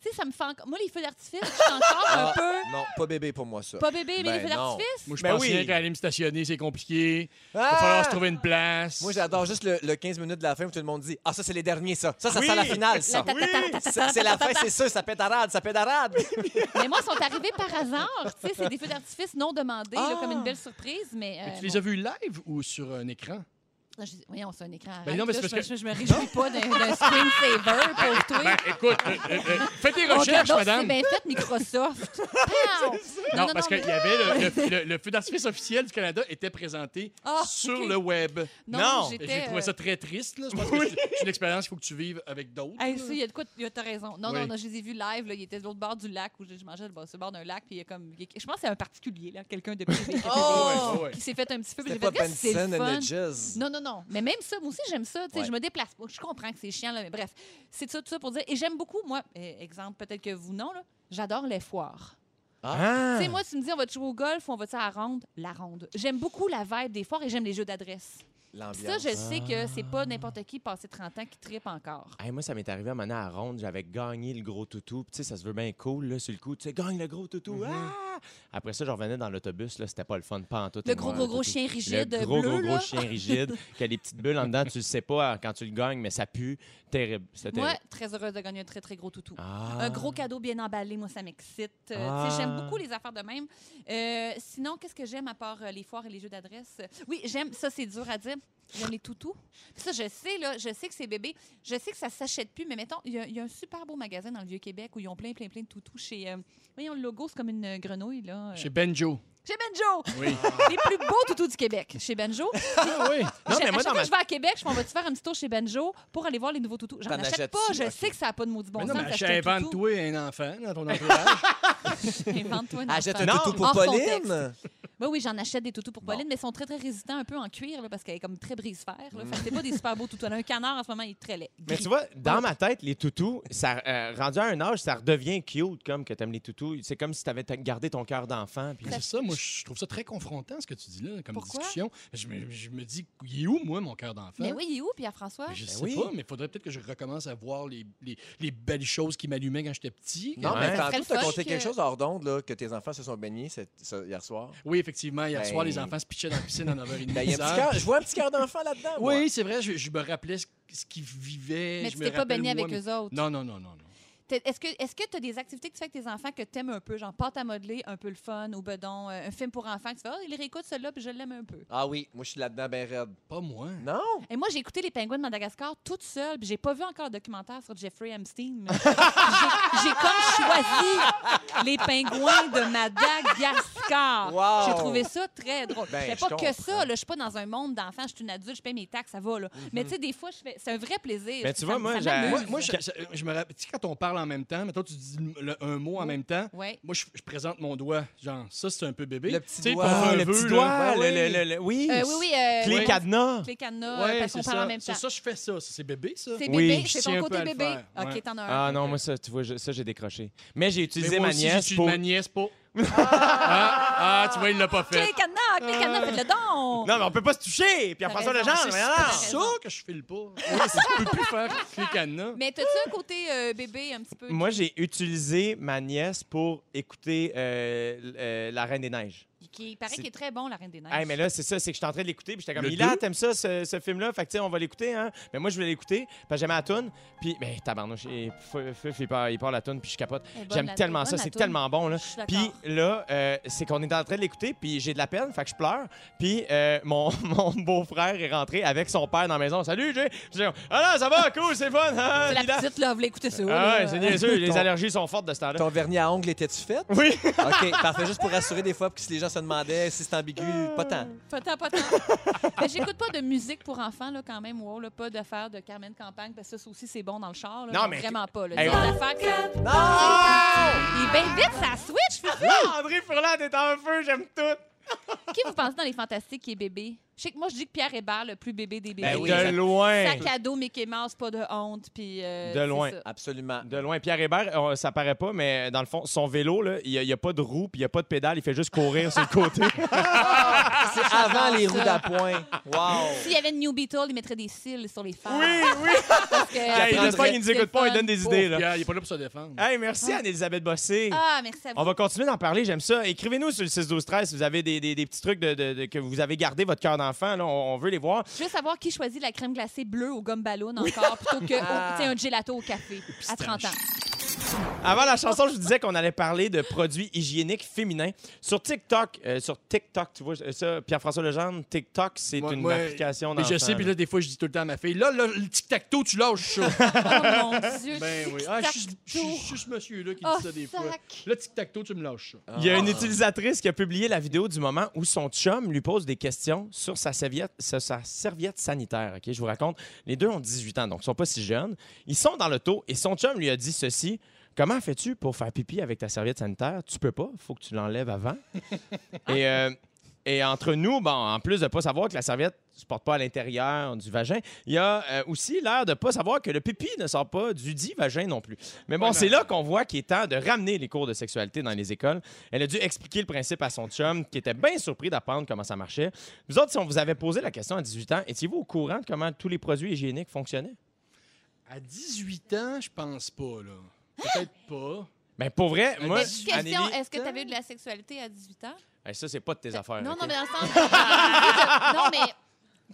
Tu sais, ça me fait encore. Moi, les feux d'artifice, je suis encore un Ah, peu. Non, pas bébé pour moi, ça. Pas bébé, mais Ben les feux non. d'artifice. Moi, je Ben pense oui. rien qu'à aller me stationner, c'est compliqué. Il Ah! va falloir se trouver une place. Moi, j'adore juste le, le 15 minutes de la fin où tout le monde dit Ah, ça, c'est les derniers, ça. Ça, ça Oui. sent la finale, ça. Oui! Ça, C'est la fin, c'est sûr, ça pétarade, ça pétarade. Mais moi, ils sont arrivés par hasard. Tu sais, c'est des feux d'artifice non demandés, là, Ah! comme une belle surprise. Mais. euh, Mais tu les as vus live ou sur un écran? bon, je dis, Voyons, c'est un écran. Ben arrête, non, mais là, c'est je, parce me- je me réjouis pas d'un d'un screensaver pour toi. Ben, écoute, euh, euh, euh, fais tes Mon recherches, cadeau, c'est madame. bien fait, Microsoft. Pow! Non, parce mais- qu'il y avait le, le- le- le feu d'artifice officiel du Canada était présenté Ah, sur ok. le web. Non, Non. Et j'étais. J'ai trouvé euh, ça très triste. Là. Je pense que c'est c'est une expérience qu'il faut que tu vives avec d'autres. Hey, là. ça, il y a de quoi, il y a- t'as raison. Non, Oui. non, non, je les ai vus live, là, ils étaient de l'autre bord du lac où je, je mangeais, bon, sur le bord d'un lac, puis il y a comme, il y a- je pense que c'est un particulier, là, quelqu'un de privé qui a Oh! fait- Ouais, ouais. qui s'est fait un petit peu, puis C'est j'ai pas fait, Qu'est-ce que c'est Benson le fun? and Hedges. Non, non, non. Mais même ça, moi aussi, j'aime ça. Tu sais, Ouais. Je me déplace. pas. Je comprends que c'est chiant, là, mais bref. C'est ça, tout ça pour dire. Et j'aime beaucoup, moi, euh, exemple, peut-être que vous non, là, j'adore les foires. Ah! Tu sais, moi, tu me dis, on va te jouer au golf ou on va te à la ronde? La ronde. J'aime beaucoup la vibe des foires et j'aime les jeux d'adresse. Puis Ça, L'ambiance. je sais que c'est pas n'importe qui passé 30 ans qui tripe encore. Hey, moi, ça m'est arrivé à un moment donné à Ronde, j'avais gagné le gros toutou. Puis, Tu sais, ça se veut bien cool, là, sur le coup. Tu sais, gagne le gros toutou. ah! Après ça, je revenais dans l'autobus, là, c'était pas le fun, pas en tout. Le gros, gros, gros toutou. chien rigide Le gros, bleu, gros, gros là. chien rigide, qui a des petites bulles en dedans, tu le sais pas hein, quand tu le gagnes, mais ça pue. Terrible. C'était Moi, terrible. très heureuse de gagner un très, très gros toutou. Ah. Un gros cadeau bien emballé, moi, ça m'excite. Euh, tu sais, J'aime Ah. beaucoup les affaires de même. Euh, sinon, qu'est-ce que j'aime à part euh, les foires et les jeux d'adresse? Euh, Oui, j'aime, ça, c'est dur à dire. J'aime les toutous. Puis ça, je sais, là, je sais que c'est bébé. Je sais que ça s'achète plus, mais mettons, il y, a- il y a un super beau magasin dans le Vieux-Québec où ils ont plein, plein, plein de toutous chez. euh, voyons, le logo, c'est comme une euh, grenouille, là. euh, Chez Benjo. Chez Benjo! Oui. Les plus beaux toutous du Québec. Chez Benjo. Ah oui. Non, J'ai- mais à moi, chaque dans fois ma... que je vais à Québec, je m'en vais-tu faire un petit tour chez Benjo pour aller voir les nouveaux toutous? J'en T'en achète achètes-tu? pas, je Ok. sais que ça n'a pas de maudit bon Mais non, sens. mais d'acheter un toutou. invente-toi un enfant dans ton entourage. Invente-toi une Achète un affaire. toutou pour Hors Pauline. Oui, oui, j'en achète des toutous pour Bon. Pauline, mais ils sont très, très résistants, un peu en cuir, là, parce qu'elle est comme très brise-fer. là. Fait que c'est pas des super beaux toutous. Elle a un canard en ce moment, il est très laid. Mais tu vois, dans ma tête, les toutous, ça, euh, rendu à un âge, ça redevient cute comme que t'aimes les toutous. C'est comme si t'avais t- gardé ton cœur d'enfant. puis- C'est ça, moi, je trouve ça très confrontant, ce que tu dis là, comme Pourquoi? discussion. Je me, je me dis, il est où, moi, mon cœur d'enfant? Mais oui, Ben il est où, Pierre-François? Mais hein? Je sais oui. pas, mais il faudrait peut-être que je recommence à voir les, les- les belles choses qui m'allumaient quand j'étais petit. Non, Ouais. mais Ça serait tantôt, le t'as fun compté que- quelque chose hors d'onde, là, que tes enfants se sont baignés cette- ce- hier soir. Oui, effectivement, hier Ben- soir, les enfants se pitchaient dans la piscine à 9h30. Ben, il y a un petit cœur- je vois un petit cœur d'enfant là-dedans. moi. Oui, c'est vrai, je, je me rappelais ce, ce qu'ils vivaient. Mais je tu me t'es pas rappelle, baigné moi, avec mais- eux autres. Non, non, non, non. non. T'as- Est-ce que est-ce que tu as des activités que tu fais avec tes enfants que tu aimes un peu, genre pâte à modeler, un peu le fun, ou bedon, euh, un film pour enfants, que tu fais, oh, il réécoute celui-là, puis je l'aime un peu. Ah oui, moi, je suis là-dedans bien raide. Pas moi. Ah. Non? Et moi, j'ai écouté Les Pingouins de Madagascar toute seule, puis j'ai pas vu encore le documentaire sur Jeffrey Epstein. J'ai j'ai comme Ah! choisi Les Pingouins de Madagascar. Wow! J'ai trouvé ça très drôle. Oh. Ben, mais je pas que comprends. ça, là, je suis pas dans un monde d'enfants, je suis une adulte, je paye mes taxes, ça va. Là. Mhm. Mais tu sais, des fois, je fais... c'est un vrai plaisir. Ben, tu Ça vois, me- moi, ça j'ai- m'amuse. Moi, moi, je, je- je me rappelle, tu sais, quand on parle en même temps, mais toi, tu dis le- un mot en même temps. Ouais. Euh, Moi, je, je présente mon doigt. Genre, ça, c'est un peu bébé. Le petit Tu sais, doigt. pour Ah, un le vœu, petit là. doigt, Ouais, le- ouais. le- le- le- oui. Euh, oui, oui. euh, Clé ouais. cadenas. Clé cadenas, euh, Ouais, parce qu'on c'est parle ça. en même temps. C'est ça, je fais ça. Ça, C'est bébé, ça. C'est Oui, bébé, je c'est tiens ton un côté peu à le bébé. faire, ouais. OK, t'en as un. Ah non, moi, ça, tu vois, je- ça, j'ai décroché. Mais j'ai Mais utilisé moi ma aussi, nièce j'ai pour. ma nièce pour. ah, ah, tu vois, il l'a pas fait. Clé cadenas, clé cadenas, faites-le donc! Non, mais on peut pas se toucher! Puis en T'as passant le raison, genre, c'est mais super. alors! C'est ça que je file pas. Je peux plus faire les cadenas. Mais t'as-tu un côté euh, bébé un petit peu? Moi, j'ai utilisé ma nièce pour écouter euh, l- euh, La Reine des Neiges. qui- Qui paraît c'est- qu'il est très bon, la Reine des Neiges. Hey, mais là, c'est ça, c'est que j'étais en train de l'écouter, puis j'étais comme, Le Mila, deux? t'aimes ça, ce, ce film-là? Fait que, tu sais, on va l'écouter, hein? Mais moi, je voulais l'écouter, parce que j'aimais la toune, puis, ben, tabarnouche, et Feu- Feu, il part, il part la toune, puis je capote. Elle est bonne, J'aime la- tellement elle est ça, bonne, la c'est toune. tellement bon, là. Je suis d'accord. Puis là, euh, c'est qu'on est en train de l'écouter, puis j'ai de la peine, fait que je pleure. Puis euh, mon, mon beau-frère est rentré avec son père dans la maison. Salut, Jay! Je dis, Ah non, ça va, cool, c'est fun! hein, C'est la Mila. petite, euh, là, vous l'écoutez ça. Ah là. ouais, c'est bien sûr, les Ton- allergies sont fortes de ce temps-là. Ton vernis à ongles était-tu fait? Oui! OK, parfait. Juste pour rassurer des fois, puis que si les gens se demandaient si c'est ambigu, pas tant. Pas tant, pas tant. mais j'écoute pas de musique pour enfants, là, quand même. Wow, là, pas d'affaires de Carmen Campagne, parce que ça, ça aussi, c'est bon dans le char. Là, Non, Genre, mais- Vraiment pas. Là. Hey, Des on- affaires que ça- Non! Il est bien vite, ça switch! Fufu! Ah, André Furland est en feu, j'aime tout! qui vous pensez dans les fantastiques qui est bébé? Je sais que moi, je dis que Pierre Hébert, le plus bébé des bébés. Ben oui, de ça- loin! Sac à dos, Mickey Mouse, pas de honte, puis... euh, De c'est loin. ça. Absolument. De loin. Pierre Hébert, on- ça paraît pas, mais dans le fond, son vélo, là, il n'y a, pas de roue, puis il n'y a pas de pédale, il fait juste courir sur le côté. C'est avant les ça. roues d'appoint. Wow! S'il y avait une New Beetle, il mettrait des cils sur les femmes. oui! Parce que- Pierre, prendrait J'espère qu'il ne nous écoute pas, il donne des idées. Là. Pierre, il est pas là pour se défendre. Hey, merci Anne-Elisabeth Bossé. Ah, merci à vous. On va continuer d'en parler, j'aime ça. Écrivez-nous sur le 6-12-13 si vous avez des, des- des petits trucs de, de- de- que vous avez gardé votre cœur d'enfant. là, on, on veut les voir. Je veux savoir qui choisit la crème glacée bleue au gomme ballon encore plutôt que Ah. au- tu sais, un gelato au café à 30 ans. Avant la chanson, je vous disais qu'on allait parler de produits hygiéniques féminins. Sur TikTok, euh, sur TikTok, tu vois euh, ça, Pierre-François Legendre, TikTok, c'est Ouais, une ouais. application Mais d'enfant. je sais, puis là, des fois, je dis tout le temps à ma fille, là, là, le tic-tac-toe, tu lâches ça. Oh mon Dieu. ben oui. Ah, je suis- je suis je suis ce monsieur-là qui Oh, dit ça des sac. fois. Là, tic-tac-toe, tu me lâches ça. Ah. Il y a une utilisatrice qui a publié la vidéo du moment où son chum lui pose des questions sur sa serviette, sur sa serviette sanitaire. Ok, Je vous raconte. Les deux ont 18 ans, donc ils sont pas si jeunes. Ils sont dans l'auto et son chum lui a dit ceci. Comment fais-tu pour faire pipi avec ta serviette sanitaire? Tu peux pas, faut que tu l'enlèves avant. et, euh, et entre nous, bon, en plus de pas savoir que la serviette ne se porte pas à l'intérieur du vagin, il y a euh, aussi l'air de pas savoir que le pipi ne sort pas du dit vagin non plus. Mais bon, Ouais, c'est non. là qu'on voit qu'il est temps de ramener les cours de sexualité dans les écoles. Elle a dû expliquer le principe à son chum, qui était bien surpris d'apprendre comment ça marchait. Vous autres, si on vous avait posé la question à 18 ans, étiez-vous au courant de comment tous les produits hygiéniques fonctionnaient? À 18 ans, je pense pas, là. Peut-être pas. Ben, pour vrai, moi, Mais petite question, Anneli- est-ce que tu avais eu de la sexualité à 18 ans? Hey, ça, c'est pas de tes affaires. Euh, non, ok? non, mais dans le sens... non, mais...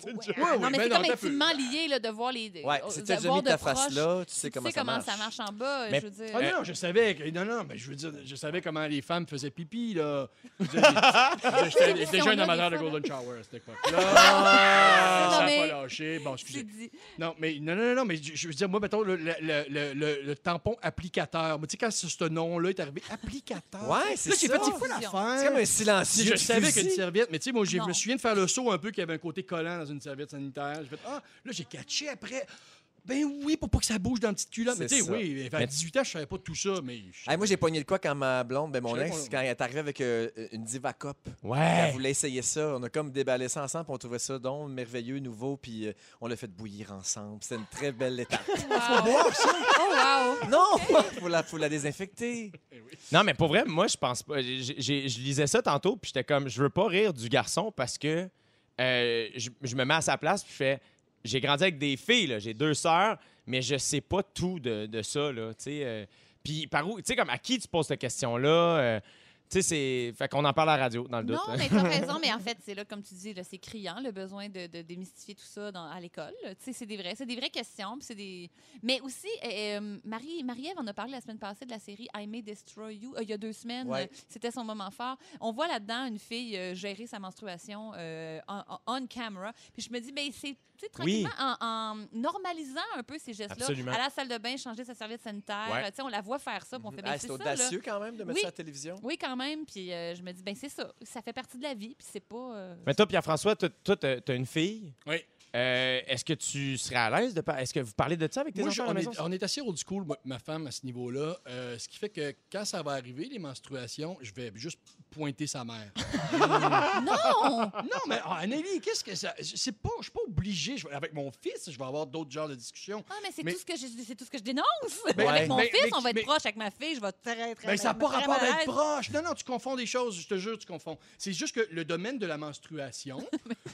Ouais, Ouais, non, ouais, mais ben c'est non, comme t'as peu. intimement lié là, de voir les... Ouais, euh, si de t'as déjà mis voir de ta proche, face là, tu sais Tu comment, sais comment ça marche en bas, euh, Mais- je veux dire. Ah non, je savais. que- Non, non, mais je veux dire, je savais comment les femmes faisaient pipi, là. Je veux dire, J'étais j'étais déjà un émission-là, amateur des de fois, Golden Shower à cette Ah! époque-là. Non, Ça n'a mais- pas lâché. Bon, C'est excusez. dit. Non, mais non, non, non, non, mais je je veux dire, moi, mettons, le, le- le- le- le- le tampon applicateur. Moi, tu sais, quand ce, ce nom-là est arrivé, applicateur. Ouais, c'est Là, j'ai ça. fait, c'est quoi C'est comme l'affaire? un silencieux. Je de savais fusil. qu'une serviette, mais tu sais, moi, j'ai- je me Non. souviens de faire le saut un peu qu'il y avait un côté collant dans une serviette sanitaire. J'ai fait, ah, là, j'ai catché après. Ben oui, pour pas que ça bouge dans le petit culotte. Mais C'est tu sais, ça. oui, à Mais- 18 ans, je savais pas tout ça, mais. je- Hey, moi, j'ai pogné le quoi quand ma blonde, ben mon Je sais ex, qu'on- quand elle est arrivée avec euh, une Diva Cup, elle Ouais. voulait essayer ça. On a comme déballé ça ensemble, puis on trouvait ça donc merveilleux, nouveau, puis euh, on l'a fait bouillir ensemble. C'est une très belle étape. Oh, wow! non! Faut la, faut la désinfecter. eh Non, mais pour vrai, moi, je pense pas. j'ai- j'ai- Je lisais ça tantôt, puis j'étais comme, je veux pas rire du garçon parce que euh, je, je me mets à sa place, puis je fais, j'ai grandi avec des filles, là, j'ai deux sœurs, mais je sais pas tout de, de ça, là, tu sais. euh, puis par où, tu sais, comme à qui tu poses cette question-là? euh, tu sais, c'est. Fait qu'on en parle à la radio, dans le doute. hein. Non, mais t'as raison, mais en fait, c'est là, comme tu dis, là, c'est criant, le besoin de, de démystifier tout ça dans- à l'école. là. Tu sais, c'est des vraies, c'est des vraies questions. puis c'est des... Mais aussi, euh, euh, Marie, Marie-Ève en a parlé la semaine passée de la série I May Destroy You, euh, il y a deux semaines. Ouais. Euh, C'était son moment fort. On voit là-dedans une fille euh, gérer sa menstruation euh, on, on- on camera. Puis je me dis, ben c'est, tu sais, Oui. tranquillement, en, en normalisant un peu ces gestes-là, Absolument. à la salle de bain, changer sa serviette sanitaire, Ouais. Mhm. euh, tu sais, on la voit faire ça, puis on fait, ben, Ah, c'est c'est ça, là. audacieux quand même de mettre Oui. ça à la télévision. Oui, quand même. Puis euh, je me dis, ben c'est ça. Ça fait partie de la vie. Puis c'est pas. euh, Mais toi, Pierre-François, toi- toi, t'as t'as une fille. Oui. Euh, Est-ce que tu serais à l'aise de. par- Est-ce que vous parlez de ça avec tes Moi, je- enfants? à on, la est, ah, maison? on est assez old school, moi, ma femme, à ce niveau-là. Euh, ce qui fait que quand ça va arriver, les menstruations, je vais juste pointer sa mère. Non! non, mais en ami, qu'est-ce que ça. Je sais pas, je suis pas obligé. Je vais- avec mon fils, je vais avoir d'autres genres de discussions. Ah, mais c'est Mais- tout, ce que je- c'est tout ce que je dénonce! Mais- avec mon mais- fils, mais- on va être mais- proche. Avec ma fille, je vais très, très Mais Ben, ça n'a pas très rapport à mal être l'aise. proche. Non, non, tu confonds des choses, je te jure, tu confonds. C'est juste que le domaine de la menstruation,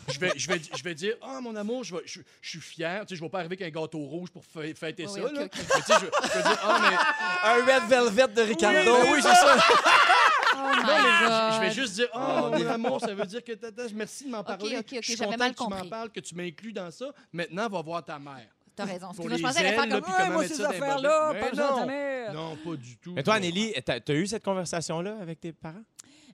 je, vais, je, vais, je vais dire, ah, mon amour, je, vais- je, je suis fier. Tu sais, je ne vais pas arriver avec un gâteau rouge pour fê- fêter Oui, ça. ok, là. ok. Mais tu sais, je, je vais dire, ah, mais. Un Red Velvet de Ricardo. ben oui, c'est ça. Oh my Non, mais je- God. je, vais juste dire, oh, on est- mon amour, ça veut dire que t'as- t'as- merci de m'en parler. ok, ok, je suis j'avais content mal que tu m'en compris. parles, que tu m'inclus dans ça. Maintenant, va voir ta mère. T'as raison. Pour Excuse-moi, je les pensais à faire ailes, là, comme. puis Ouais, comment moi, mettre ces ça dans les affaires-là, bobettes? parle-en à ta Mais Euh. mère. Non, pas du tout. Mais toi, Anélie, t'as t'as eu cette conversation-là avec tes parents?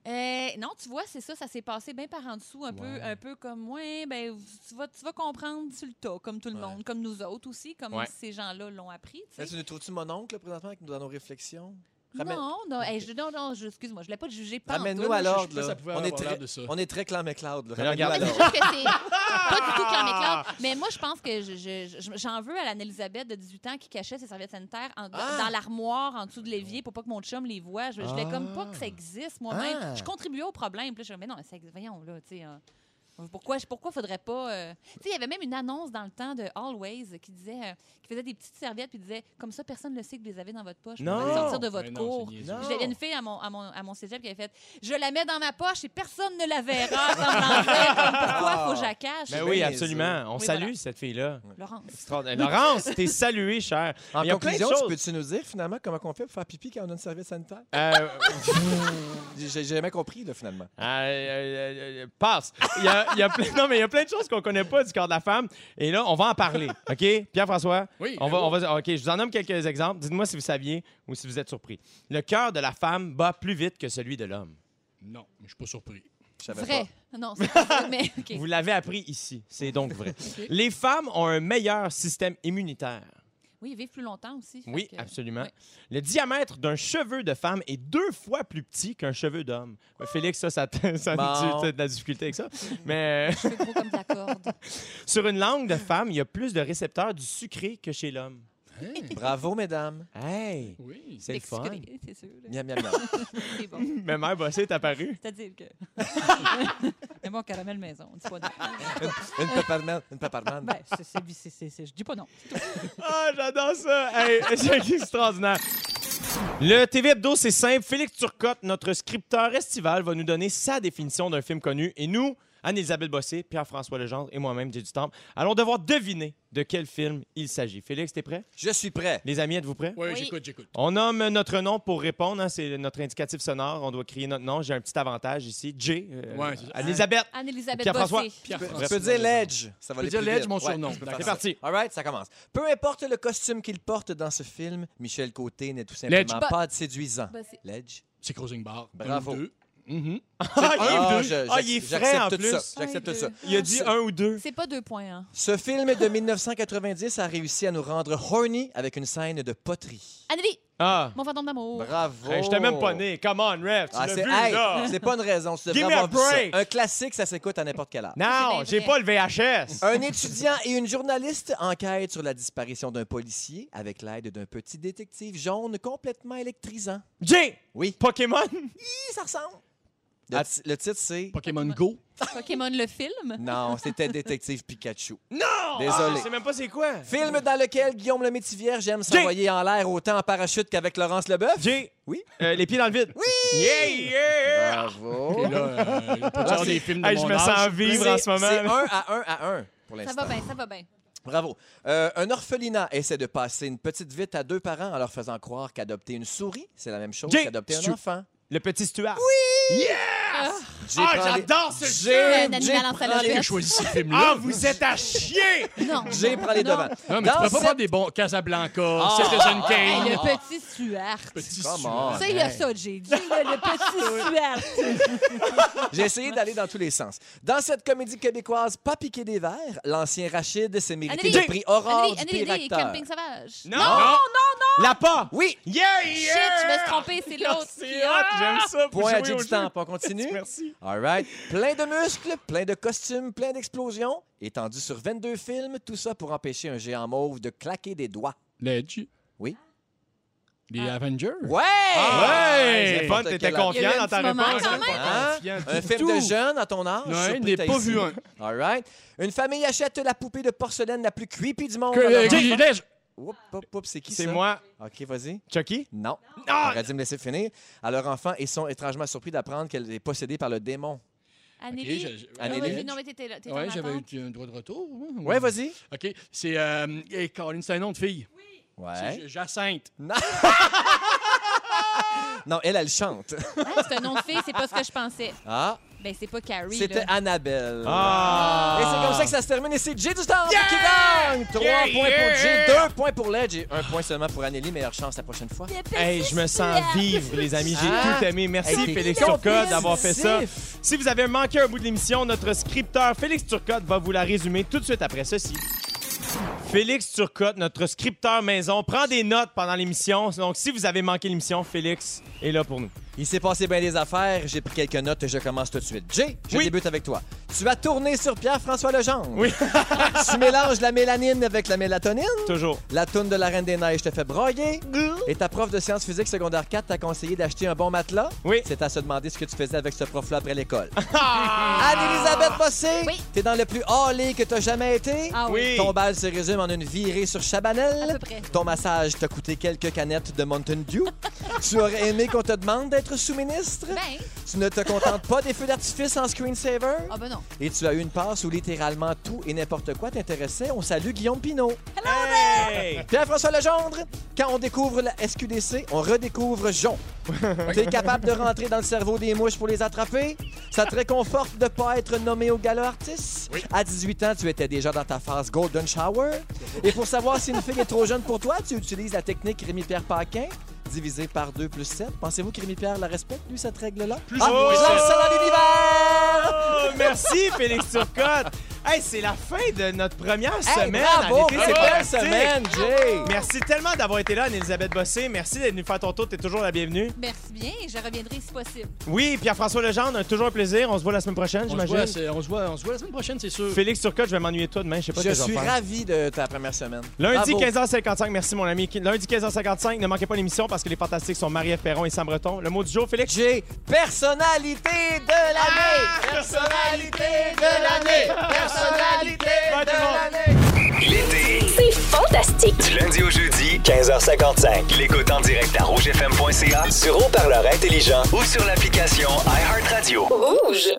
Euh, non, tu vois, c'est ça, ça s'est passé bien par en dessous, un, Ouais. peu, un peu comme, ouais, ben, tu vas, tu vas comprendre sur le tas, comme tout le Ouais. monde, comme nous autres aussi, comme Ouais. ces gens-là l'ont appris. tu sais. Là, tu nous trouves-tu mon oncle, là, présentement, avec nous dans nos réflexions? Ramène- Non, non, hey, je, non, non, je- excuse-moi, je ne l'ai pas jugé pas. en Ramène-nous tout. à je- je l'ordre, pensais que ça là. pouvait On est avoir très, l'air de ça. on est très clan McLeod, là. Mais là, Ramène-nous à regarde- Mais l'ordre. c'est sûr que c'est pas du tout Claire McLeod. Mais moi, je pense que je- je- je- j'en veux à l'Anne-Elisabeth de 18 ans qui cachait ses serviettes sanitaires en- Ah! dans l'armoire, en dessous de l'évier, pour pas que mon chum les voie. Je, je voulais comme pas que ça existe moi-même. Ah! Je contribuais au problème. Puis là, je me mais non, ça existe. Voyons, là, tu sais. hein. Pourquoi, pourquoi faudrait pas. euh, Tu sais, il y avait même une annonce dans le temps de Always qui disait, euh, qui faisait des petites serviettes puis disait, comme ça, personne ne le sait que vous les avez dans votre poche. Vous Non! allez sortir de Mais votre Ben non, c'est cours. niaiseux. Puis J'avais une fille à mon, à, mon, à mon cégep qui avait fait Je la mets dans ma poche et personne ne la verra. semblant faire, comme Pourquoi faut que je la cache Ben bien oui, niaiseux. absolument. On Oui, salue voilà. cette fille-là. Laurence. Extraordinaire. Laurence, t'es saluée, cher. En Il y a plein de conclusion, tu choses. peux-tu nous dire, finalement, comment on fait pour faire pipi quand on a une serviette sanitaire? Euh, J'ai j'ai jamais compris, là, finalement. euh, euh, euh, passe. Il y a, il y a plein, non, mais il y a plein de choses qu'on connaît pas du corps de la femme. Et là, on va en parler. OK? Pierre-François? Oui, On ben va, oui. on va, OK, je vous en nomme quelques exemples. Dites-moi si vous saviez ou si vous êtes surpris. Le cœur de la femme bat plus vite que celui de l'homme. Non, je suis pas surpris. Je savais Vrai. pas. Non, c'est pas vrai, mais OK. Vous l'avez appris ici. C'est donc vrai. Les femmes ont un meilleur système immunitaire. Oui, ils vivent plus longtemps aussi. fait Oui, que- absolument. oui. Le diamètre d'un cheveu de femme est deux fois plus petit qu'un cheveu d'homme. Euh, Félix, ça, ça, t- ça Bon. tu as de la difficulté avec ça. Mais euh, Je fais gros comme de la corde. sur une langue de femme, il y a plus de récepteurs du sucré que chez l'homme. Bravo, mesdames. Hey, Oui. c'est le fun. Excuser, C'est sûr. là. Miam, miam, miam. C'est bon. Ma mère bossée est apparue. C'est-à-dire que. Mais bon, caramel maison, on dit pas non. Une peppermint, une peppermint. Ben, c'est- c'est- c'est- c'est- c'est- je dis pas non. Ah, j'adore ça. Hey, c'est extraordinaire. Le TV Hebdo, c'est simple. Félix Turcotte, notre scripteur estival, va nous donner sa définition d'un film connu. Et nous, Anne-Elisabeth Bossé, Pierre-François Legendre et moi-même, Jay du Temple, allons devoir deviner de quel film il s'agit. Félix, t'es prêt? Je suis prêt. Les amis, êtes-vous prêts? Oui, Oui. j'écoute, j'écoute. On nomme notre nom pour répondre. hein, C'est notre indicatif sonore. On doit crier notre nom. J'ai un petit avantage ici. J. euh, Ouais, c'est ça. Elisabeth. Anne-Elisabeth Pierre-François. Bossé. Pierre Tu peux- François. Tu peux dire Ledge. Ça va Je peux aller dire plus Ledge, vite. mon surnom. je peux D'accord. faire C'est ça. parti. All right, ça commence. Peu importe le costume qu'il porte dans ce film, Michel Côté n'est tout simplement Ledge. Bah- pas séduisant. Bossé. Ledge. C'est Crossing Bar. Bravo. Un ou deux. Mhm. Ah, il est- Ah, deux. je- Ah, il est j'ac- frais, j'accepte en tout plus. ça. J'accepte Ah, tout ça. il est- Il a dit un ou deux. C'est pas deux points, hein. Ce film de 1990 a réussi à nous rendre horny avec une scène de poterie. Annelie! Ah! Mon fantôme d'amour. Bravo! Hey, J'étais même pas né. Come on, ref, tu Oh. Ah, l'as c'est vu, hey, là. c'est pas une raison. Tu Give devrais me a avoir vu ça. break. Un classique, ça s'écoute à n'importe quelle heure. Non, C'est bien j'ai vrai. pas le VHS. Un étudiant et une journaliste enquêtent sur la disparition d'un policier avec l'aide d'un petit détective jaune complètement électrisant. Jay! Oui. Pokémon? Hi, ça ressemble. Le, Ah. ti- le titre, c'est... Pokémon Go. Pokémon le film. Non, c'était Détective Pikachu. Non! Ah, Désolé. Je sais même pas c'est quoi. Film dans lequel Guillaume le Métivierge aime s'envoyer en l'air autant en parachute qu'avec Laurence Leboeuf. Jay! Oui? Euh, les pieds dans le vide. Oui! Yeah, yeah! Bravo. Et là, euh, il peut genre des films de Hey, je mon me âge. sens vivre en C'est- ce moment. C'est là. un à un à un pour Ça l'instant. va bien, ça va bien. Bravo. Euh, un orphelinat essaie de passer une petite vite à deux parents en leur faisant croire qu'adopter une souris, c'est la même chose Jay, qu'adopter Stu- un enfant. Le petit Stuart. Oui! Jay Ah, prend les- j'adore ce Jay- jeu! Un Jay animal en prend salopette. les- J'ai choisi ce film-là. Ah, vous êtes à chier! Non. Jay prend les non. devants. Non, mais Dans tu pourrais pas cette- Ah. faire des bons Casablanca, Citizen Hey, Kane. le petit Stuart. Oh. Petit Come sueur. on. Tu sais, il y a ça, j'ai dit, là, le petit Stuart. J'ai essayé d'aller dans tous les sens. Dans cette comédie québécoise Pas piqué des verres, l'ancien Rachid s'est mérité Anneli, le prix Aurore Anneli, du Anneli, pire Anneli, acteur. Camping Sauvage. Non! Non, non! La pas! Oui, Yeah, Shit, yeah! je vais se tromper, c'est l'autre. C'est hot, j'aime ça. pour point à jouer Jay au du jeu. Temple. On continue? Merci. All right. Plein de muscles, plein de costumes, plein d'explosions, étendu sur 22 films, tout ça pour empêcher un géant mauve de claquer des doigts. Ledge. Oui. Les Avengers. Ouais! Ah, ouais! c'est C'est fun, n'importe t'étais quel âge. Il y a eu confiant un dans ta petit moment réponse. quand même. Hein? Un du film tout. de jeune à ton âge? Non, surpris, il n'est t'as pas ici. vu un. All right. Une famille achète la poupée de porcelaine la plus creepy du monde. Que- Alors- Jay, Ledge. Oups, oups, oups, c'est qui ça? C'est moi, OK, vas-y. Chucky. Non. Ah! T'aurais dû me laisser finir. Alors, enfants, ils sont étrangement surpris d'apprendre qu'elle est possédée par le démon. Anneli. Ok, je- je- Ah, Anneli. vas-y, Non, mais t'étais là. t'étais Ouais, en j'avais attente. eu un droit de retour. hein? Ouais, vas-y. OK. C'est. Euh, hey, Caroline, c'est un nom de fille. C'est Ouais. J- Jacinthe. Non, elle, elle chante. Ah, C'est un nom de fille, c'est pas ce que je pensais. Ah, Ben, c'est pas Carrie. c'était là. Annabelle. Ah! Et c'est comme ça que ça se termine. Et c'est Jay du Temple Yeah! qui gagne. Trois Yeah, points yeah. pour Jay, deux points pour Ledge et un point seulement pour Anneli. Meilleure chance la prochaine fois. Hey, je me sens vivre, les amis. J'ai Ah! tout aimé. Merci, Hey, t'es Félix compétitif. Turcotte, d'avoir fait ça. Si vous avez manqué un bout de l'émission, notre scripteur Félix Turcotte va vous la résumer tout de suite après ceci. Félix Turcotte, notre scripteur maison, prend des notes pendant l'émission. Donc, si vous avez manqué l'émission, Félix est là pour nous. Il s'est passé bien des affaires. J'ai pris quelques notes et je commence tout de suite. Jay, je Oui. débute avec toi. Tu as tourné sur Pierre-François Legendre. Oui. tu mélanges la mélanine avec la mélatonine. Toujours. La toune de la Reine des Neiges te fait broyer. Et ta prof de sciences physiques secondaire 4 t'a conseillé d'acheter un bon matelas. Oui. C'est à se demander ce que tu faisais avec ce prof-là après l'école. Anne-Elisabeth Bossé, Oui. t'es dans le plus hallé que t'as jamais été. Ah oui. Oui. Ton bal se résume en une virée sur Chabanel. À peu près. Ton massage t'a coûté quelques canettes de Mountain Dew. tu aurais aimé qu'on te demande d'être sous-ministre. Ben, Tu ne te contentes pas des feux d'artifice en screensaver. ah ben non. Et tu as eu une passe où littéralement tout et n'importe quoi t'intéressait. On salue Guillaume Pinault. Hey! Pierre-François Legendre, quand on découvre la SQDC, on redécouvre Jon. T'es capable de rentrer dans le cerveau des mouches pour les attraper? Ça te réconforte de pas être nommé au gala artiste? À 18 ans, tu étais déjà dans ta phase Golden Shower. Et pour savoir si une fille est trop jeune pour toi, tu utilises la technique Rémi-Pierre Paquin, divisé par 2 plus 7. Pensez-vous que Rémi-Pierre la respecte, lui, cette règle-là? Plus ah, ou moins je lance sept. ça dans l'univers! Oh, merci, Félix Turcotte. Hey, c'est la fin de notre première Hey, semaine. bravo! à l'été, Quelle c'est belle fantastique. semaine, Jay! Merci tellement d'avoir été là, Anne-Elisabeth Bossé. Merci d'être venue faire ton tour. T'es toujours la bienvenue. Merci bien, je reviendrai si possible. Oui, Pierre-François Legendre, toujours un plaisir. On se voit la semaine prochaine, On se, voit, j'imagine. c'est- on, se voit, on se voit la semaine prochaine, c'est sûr. Félix Turcotte, je vais m'ennuyer de toi demain. Je sais pas ce Je que je vais suis faire. ravi de ta première semaine. Lundi Bravo. 15h55, merci mon ami. Lundi 15h55, ne manquez pas l'émission parce que les fantastiques sont Marie-Ève Perron et Sam Breton. Le mot du jour, Félix? J'ai personnalité de l'année. Personnalité de l'année. Personnalité Bye, tout le monde. de l'année. L'été, C'est fantastique. du lundi au jeudi, 15h55. L'écoute en direct à rougefm.ca, sur haut-parleur intelligent ou sur l'application iHeartRadio. Rouge.